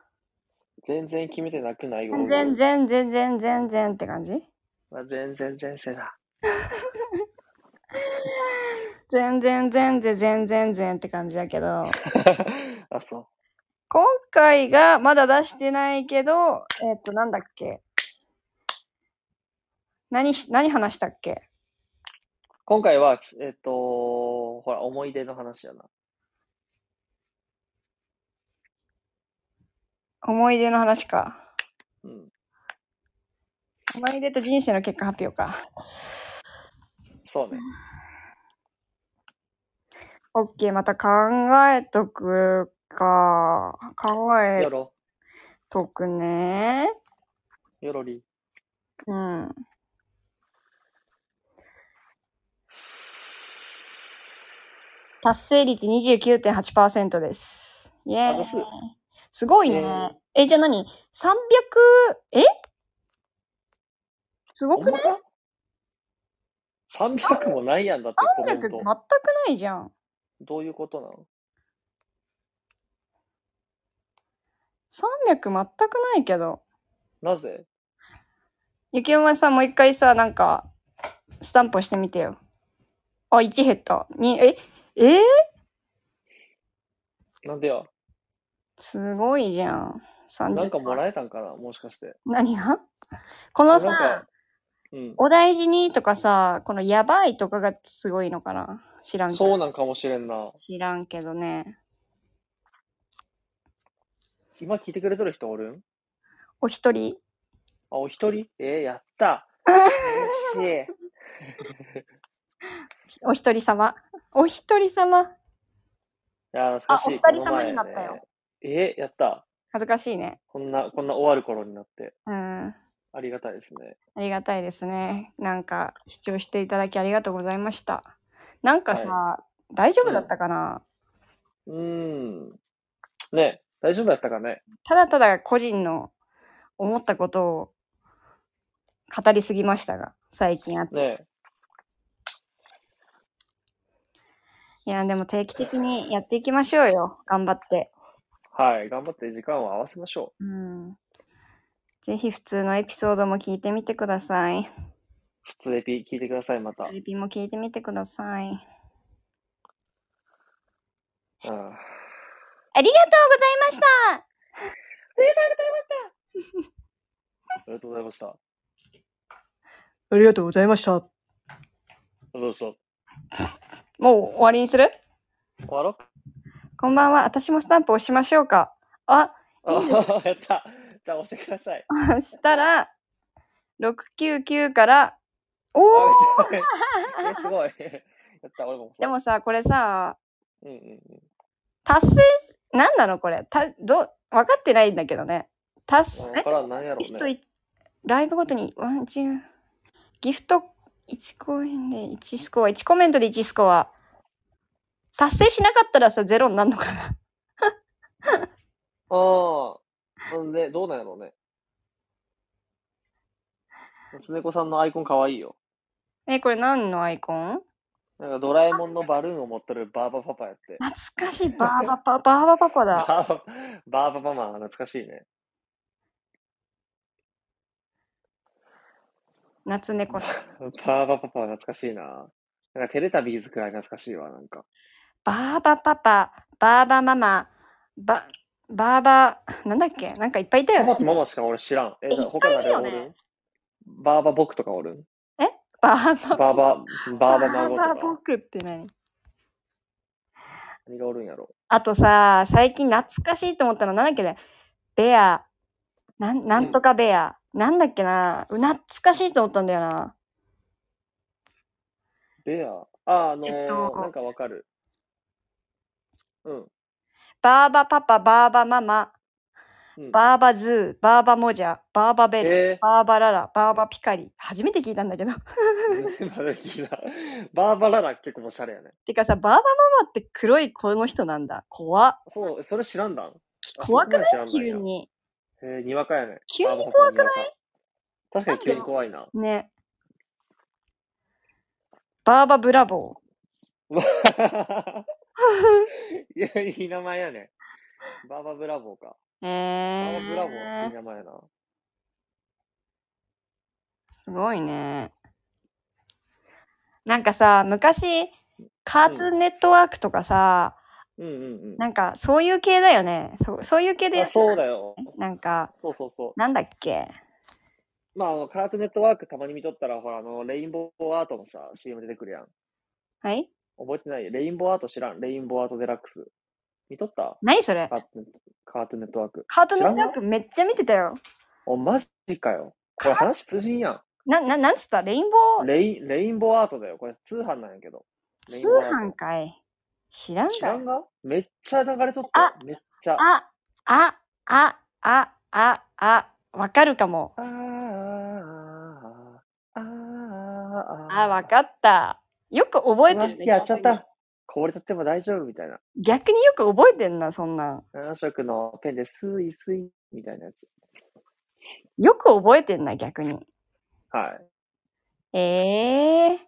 S2: 全然決めてなくないよ。
S1: 全然、全然、全然、全然って感じ
S2: まあ全然、全然だ。
S1: 全然、全然、全然、全って感じだけど。
S2: あ、そう。
S1: 今回がまだ出してないけど、えっと、なんだっけ。何し、何話したっけ
S2: 今回は、えっと、ほら、思い出の話やな。
S1: 思い出の話か。
S2: うん。
S1: 思い出と人生の結果発表か。
S2: そうね。
S1: オッケー、また考えとくか。考え
S2: よろ、
S1: とくね。
S2: よろり。
S1: うん。達成率29.8%です。イェー
S2: あ
S1: イ
S2: す。
S1: すごい
S2: えー
S1: ね。え、じゃあ何 ?300、えすごくない
S2: ほんまか ?300 もないやんだって、コメ
S1: ?300
S2: ン
S1: 全く
S2: ト。
S1: ないじゃん。
S2: どういうことなの
S1: 300全くないけど。
S2: なぜ
S1: ゆきおまさんもう一回さ、なんか、スタンプ押してみてよ。あ、1減った。2、え、えー
S2: なんでや
S1: すごいじゃん。30
S2: なんかもらえたんかなもしかして。
S1: 何がこの
S2: なん
S1: さ
S2: か、うん。
S1: お大事にとかさ、このやばいとかがすごいのかな知らんけど
S2: そうなんかもしれんな。
S1: 知らんけどね。
S2: 今聞いてくれとる人おるん
S1: お一人。
S2: あ、お一人えー、や った。嬉しい。
S1: お一人様。お一人様。
S2: あー、懐かしい。
S1: あお二人様になったよ
S2: この前ね。えー、やった。
S1: 恥ずかしいね。
S2: こんな、こんな終わる頃になって、
S1: うん。あ
S2: ありがたいですね。
S1: りがたいですね。なんか、視聴していただきありがとうございました。なんかさ、大丈夫だったかな、
S2: うーん。ね、大丈夫だったかね。
S1: ただただ個人の思ったことを語りすぎましたが、最近あって。
S2: ね、
S1: いや、でも定期的にやっていきましょうよ。頑張って。
S2: はい。頑張って時間を合わせましょ
S1: うん。ぜひ普通のエピソードも聞いてみてください。
S2: う。普通エピ聞いてください、また。
S1: テレビも聞いてみてください。
S2: うん
S1: ありがとうございました
S2: ありがとうございました。あ
S1: ありがとうございました。
S2: りがとうございまし
S1: もう終わりにする
S2: た。終わろう
S1: こんばんは。私もスタンプ押しましょうか。あ、いいで
S2: あ やった。じゃあ押してください。
S1: したら、699から、おお
S2: えすごい。 やった、俺も押そう。
S1: でもさ、これさ、
S2: うんうん
S1: 達成す、なんなのこれ。た、どう、分かってないんだけどね。達
S2: う
S1: 成
S2: ん。、だから何やろ
S1: ギフ
S2: う
S1: ト
S2: ね。
S1: い、ライブごとに、ワン、チュー、ギフト1公演で1スコア、1コメントで1スコア。達成しなかったらさ、ゼロになるのかな
S2: ああ。なんで、どうなんやろうね。夏猫さんのアイコンかわいいよ。
S1: え、これ何のアイコン
S2: なんかドラえもんのバルーンを持ってるバーバパパやって。
S1: 懐かしい、バーバパ、バーバパパ
S2: バ
S1: だ。
S2: ーババーバパマ、懐かしいね。
S1: 夏猫さん。
S2: バーバパパ、懐かしいな。なんかテレタビーズくらい懐かしいわ、なんか。
S1: バーバパパ、バーバママ、バ、バーバ、なんだっけなんかいっぱいいたよ
S2: パパ
S1: ね
S2: と。ママしか俺知らん。え、
S1: いっぱい
S2: 他誰お
S1: いるよ
S2: る
S1: ね
S2: バーバ僕とかおるん
S1: バーバ、
S2: バーバ、バー
S1: バ
S2: バ孫と
S1: ーバ
S2: か。
S1: 僕って何
S2: 何がおるんやろ。
S1: あとさ、最近懐かしいと思ったのなんだっけねベア。なん、なんとかベア。なんだっけな懐かしいと思ったんだよな。
S2: ベア。あ、あのー
S1: えっと
S2: なんかわかる。うん。
S1: バーバパパ、バーバママ、
S2: うん、
S1: バーバズー、バーバモジャ、バーバベル、
S2: え
S1: バーバララ、バーバピカリ。初めて聞いたんだけど。
S2: ー、まだ聞いた バーバララ結構おしゃれやね。
S1: てかさ、バーバママって黒いこの人なんだ。怖っ。
S2: そう、それ知らんだんあ
S1: 怖くない
S2: そんなん知らん
S1: 急
S2: の
S1: に。
S2: えー、にわかやね。
S1: 急に
S2: バーバ
S1: 怖くない
S2: パパにわか確かに急に怖いな。
S1: ね。バーバブラボー。
S2: いや、いい名前やね。バーバブラボーか。バ
S1: え
S2: ーバブラボーっ
S1: ー、
S2: ていい名前やな。
S1: すごいね。なんかさ、昔、カートゥーンネットワークとかさ、
S2: うんうん
S1: なんかそういう系だよね。そそういう系
S2: うん。
S1: で
S2: あ、、そうだよ。
S1: なんか、
S2: そうそうそう。
S1: なんだっけ
S2: まああの、カートゥーンネットワークたまに見とったら、ほら、あの、レインボーアートもさ、CM 出てくるやん。
S1: はい
S2: 覚えてないレインボーアート知らん。レインボーアートデラックス。見とった
S1: 何それ
S2: カートゥーンカートゥーンネットワーク。
S1: カートゥーンネットワークめっちゃ見てたよ。
S2: お、マジかよ。これ話通じんや
S1: な、な、なんつったレインボ
S2: ん。
S1: ー
S2: レイン、レインボーアートだよ。これ通販なんやけど。レイ
S1: 通
S2: ンボーアート
S1: 販かい。知らん
S2: 知
S1: からい
S2: ん。がめっちゃ流れとったよ。めっちゃ。
S1: あ、あ、あ、あ、あ、あ、わかるかも。
S2: あーあーあーあー
S1: あ、わかった。よく覚えてるね。
S2: やっちゃった。こぼれとっても大丈夫みたいな。
S1: 逆によく覚えてんな、そんなん。
S2: 7色のペンでスイスイみたいなやつ。
S1: よく覚えてんな、逆に。
S2: はい。
S1: ええー。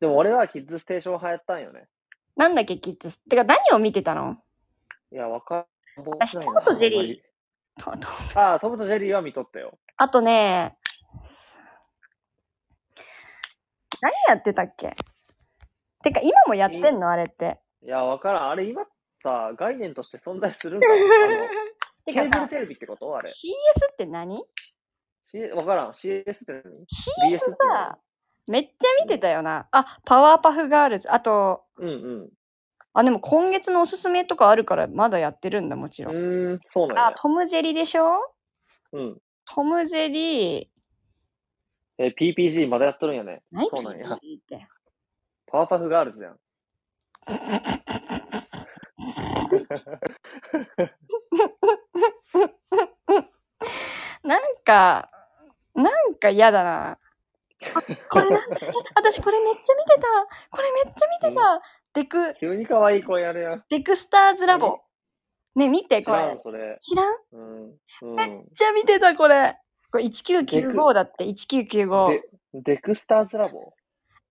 S2: でも俺はキッズステーション流行ったんよね。
S1: なんだっけ、キッズ。てか、何を見てたの
S2: いや、わかんないな。
S1: 私トムとジェリー
S2: あんまり
S1: とと
S2: ああ、トムとジェリーは見とったよ。
S1: あとね、何やってたっけてか、今もやってんのあれって。
S2: いや、わからん。あれ今さ、概念として存在するんかあの
S1: て
S2: ケ
S1: か
S2: ーブル
S1: さ、
S2: テレビってことあれ。
S1: CS って何
S2: C、わからん。CS って何
S1: ?CS
S2: って
S1: さ、めっちゃ見てたよな。あ、パワーパフガールズ。あと、
S2: 何うんうん。
S1: あ、でも今月のおすすめとかあるから、まだやってるんだ、もち
S2: う
S1: ろん。
S2: ーん、そうなん
S1: あ
S2: や、。
S1: トムジェリでしょ
S2: うん。
S1: トムジェリー、
S2: えー PPG まだやっとるんやね。
S1: 何
S2: そうなんや
S1: PPG って。
S2: パワーパフガールズやん。
S1: なんか、なんか嫌だな。あ、 これなんだ私これめっちゃ見てたこれめっちゃ見てたデク、
S2: 急に可愛い声やるやん。
S1: デクスターズラボ。ね、見て、
S2: 知
S1: こ
S2: らん
S1: れ、。
S2: それ。
S1: 知らんめっ
S2: うん。うん。
S1: ちゃ見てた、これ。これ
S2: デク
S1: 1995だって、1995。
S2: デクスターズラボ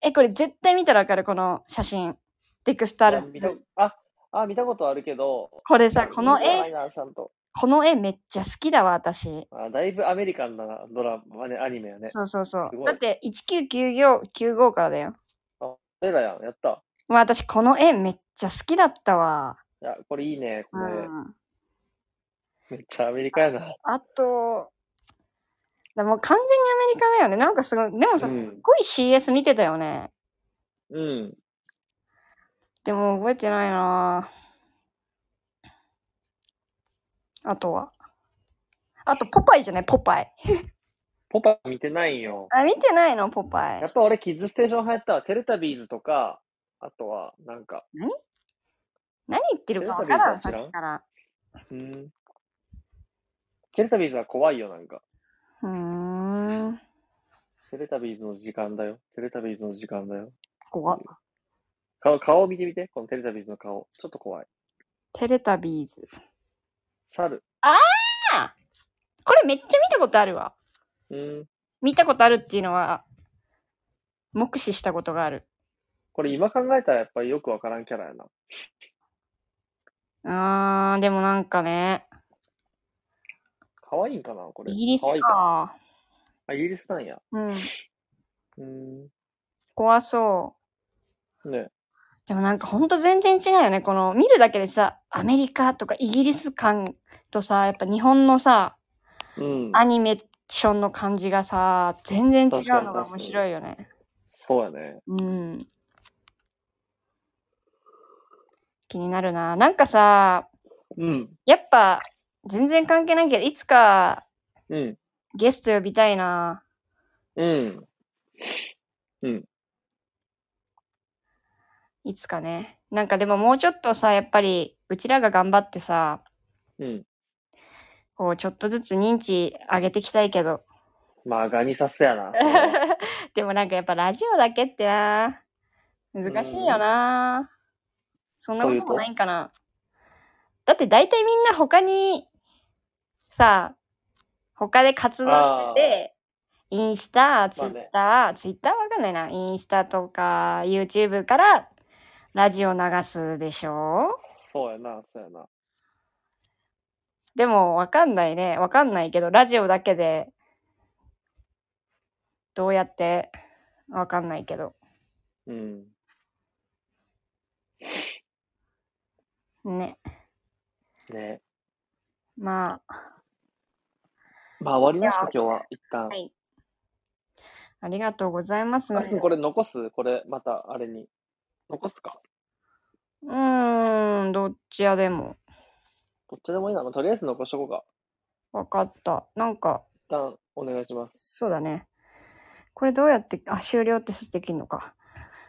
S1: え、これ絶対見たらわかる、この写真。デクスター
S2: いや
S1: ズ
S2: 見た。あ、あ、見たことあるけど。
S1: これさ、この
S2: いいな
S1: 絵、
S2: ちゃんと。
S1: この絵めっちゃ好きだわ、私。
S2: あだいぶアメリカンなドラマ、ね、アニメやね。
S1: そうそうそう
S2: す。ごい
S1: だって、1995からだよ。
S2: 俺らやん、やった。
S1: まあ、私、この絵めっちゃ好きだったわ。
S2: いや、これいいね。こ
S1: う
S2: れ、
S1: ん。
S2: めっちゃアメリカやな。
S1: あと、でもう完全にアメリカだよね。なんかすごい、でもさ、
S2: うん
S1: すっごい CS 見てたよね。
S2: うん。
S1: でも覚えてないなぁあとは。あと、ポパイじゃないポパイ。
S2: ポパ見てないんよ。
S1: あ、見てないのポパイ
S2: やっ。ぱ俺、キッズステーション流行ったわ。テレタビーズとか、あとは、なんか、
S1: 何言ってるかわからん、
S2: テ
S1: さっ
S2: レビ
S1: きから。
S2: うん。テレタビーズは怖いよ、なんか。
S1: うーん。
S2: テレタビーズの時間だよ。テレタビーズの時間だよ。
S1: 怖っ
S2: 顔、顔を見てみて。このテレタビーズの顔。ちょっと怖い。
S1: テレタビーズ。
S2: 猿。
S1: これめっちゃ見たことあるわ。
S2: うん。
S1: 見たことあるっていうのは、目視したことがある。
S2: これ今考えたらやっぱりよくわからんキャラやな。
S1: あー、でもなんかね、
S2: 可愛いんかなこれ。
S1: イギリス
S2: 可愛いな
S1: か。
S2: あ、イギリスなんや。
S1: うん。
S2: うん。
S1: 怖そう。
S2: ね。
S1: でもなんかほんと全然違うよね。この見るだけでさ、アメリカとかイギリス感とさ、やっぱ日本のさ、
S2: うん。
S1: アニメーションの感じがさ、全然違うのが面白いよね。
S2: そうやね。
S1: うん。気になるな。なんかさ、
S2: うん。
S1: やっぱ全然関係ないけど、いつか
S2: うん。
S1: ゲスト呼びたいな。
S2: うん。
S1: いつかね。なんかでももうちょっとさ、やっぱりうちらが頑張ってさ、
S2: うん。
S1: こうちょっとずつ認知上げていきたいけど。
S2: まあ、ガニサスや な。
S1: でもなんかやっぱラジオだけってな難しいよなそんなこともないんかなだって大体みんな他にさ他で活動しててインスタツイ
S2: まあ
S1: ッ
S2: ね
S1: ター、ツイッターわかんないなインスタとか YouTube からラジオ流すでしょ
S2: そうやな、そうやな。
S1: でもわかんないねわかんないけどラジオだけでどうやってわかんないけど
S2: うん。
S1: ね。
S2: ね。
S1: まあ、
S2: まあ、終わりました
S1: い、や
S2: 今日は。一旦
S1: は。いありがとうございます、
S2: あ
S1: ね。
S2: これ残すこれ、また、あれに。残すか
S1: うーん、どっちやでも。
S2: どっちでもいいな。まあとりあえず残しとこうか。
S1: わかった。なんか、
S2: 一旦、お願いします。
S1: そうだね。これどうやって、あ、終了ってできんのか。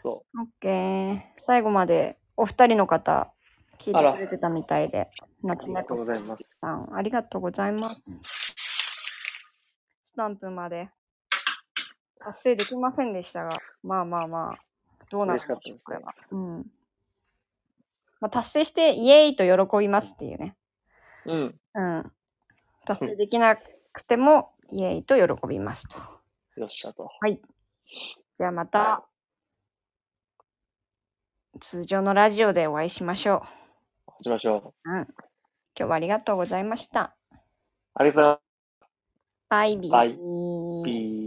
S2: そ
S1: オッケー。最後まで、お二人の方、聞い
S2: あ
S1: て
S2: ら
S1: くれてたみたいで。
S2: う。あ
S1: 夏
S2: りが
S1: 猫
S2: とうご
S1: さ
S2: ざい
S1: ん
S2: ます。
S1: ありがとうございます。スタンプまで、達成できませんでしたが、まあまあまあ、どうなるんでしょう、
S2: 嬉し
S1: こ
S2: か
S1: れ
S2: ったですね
S1: は。うん。まあ、達成して、イエーイと喜びますっていうね。
S2: うん。
S1: うん。達成できなくても、イエーイと喜びますと。
S2: よっしゃと。
S1: じゃあまた、通常のラジオでお会いしましょう。
S2: しましょう。
S1: 今日はありがとうございました。
S2: ありがとうございます。
S1: バイビー。
S2: ビー。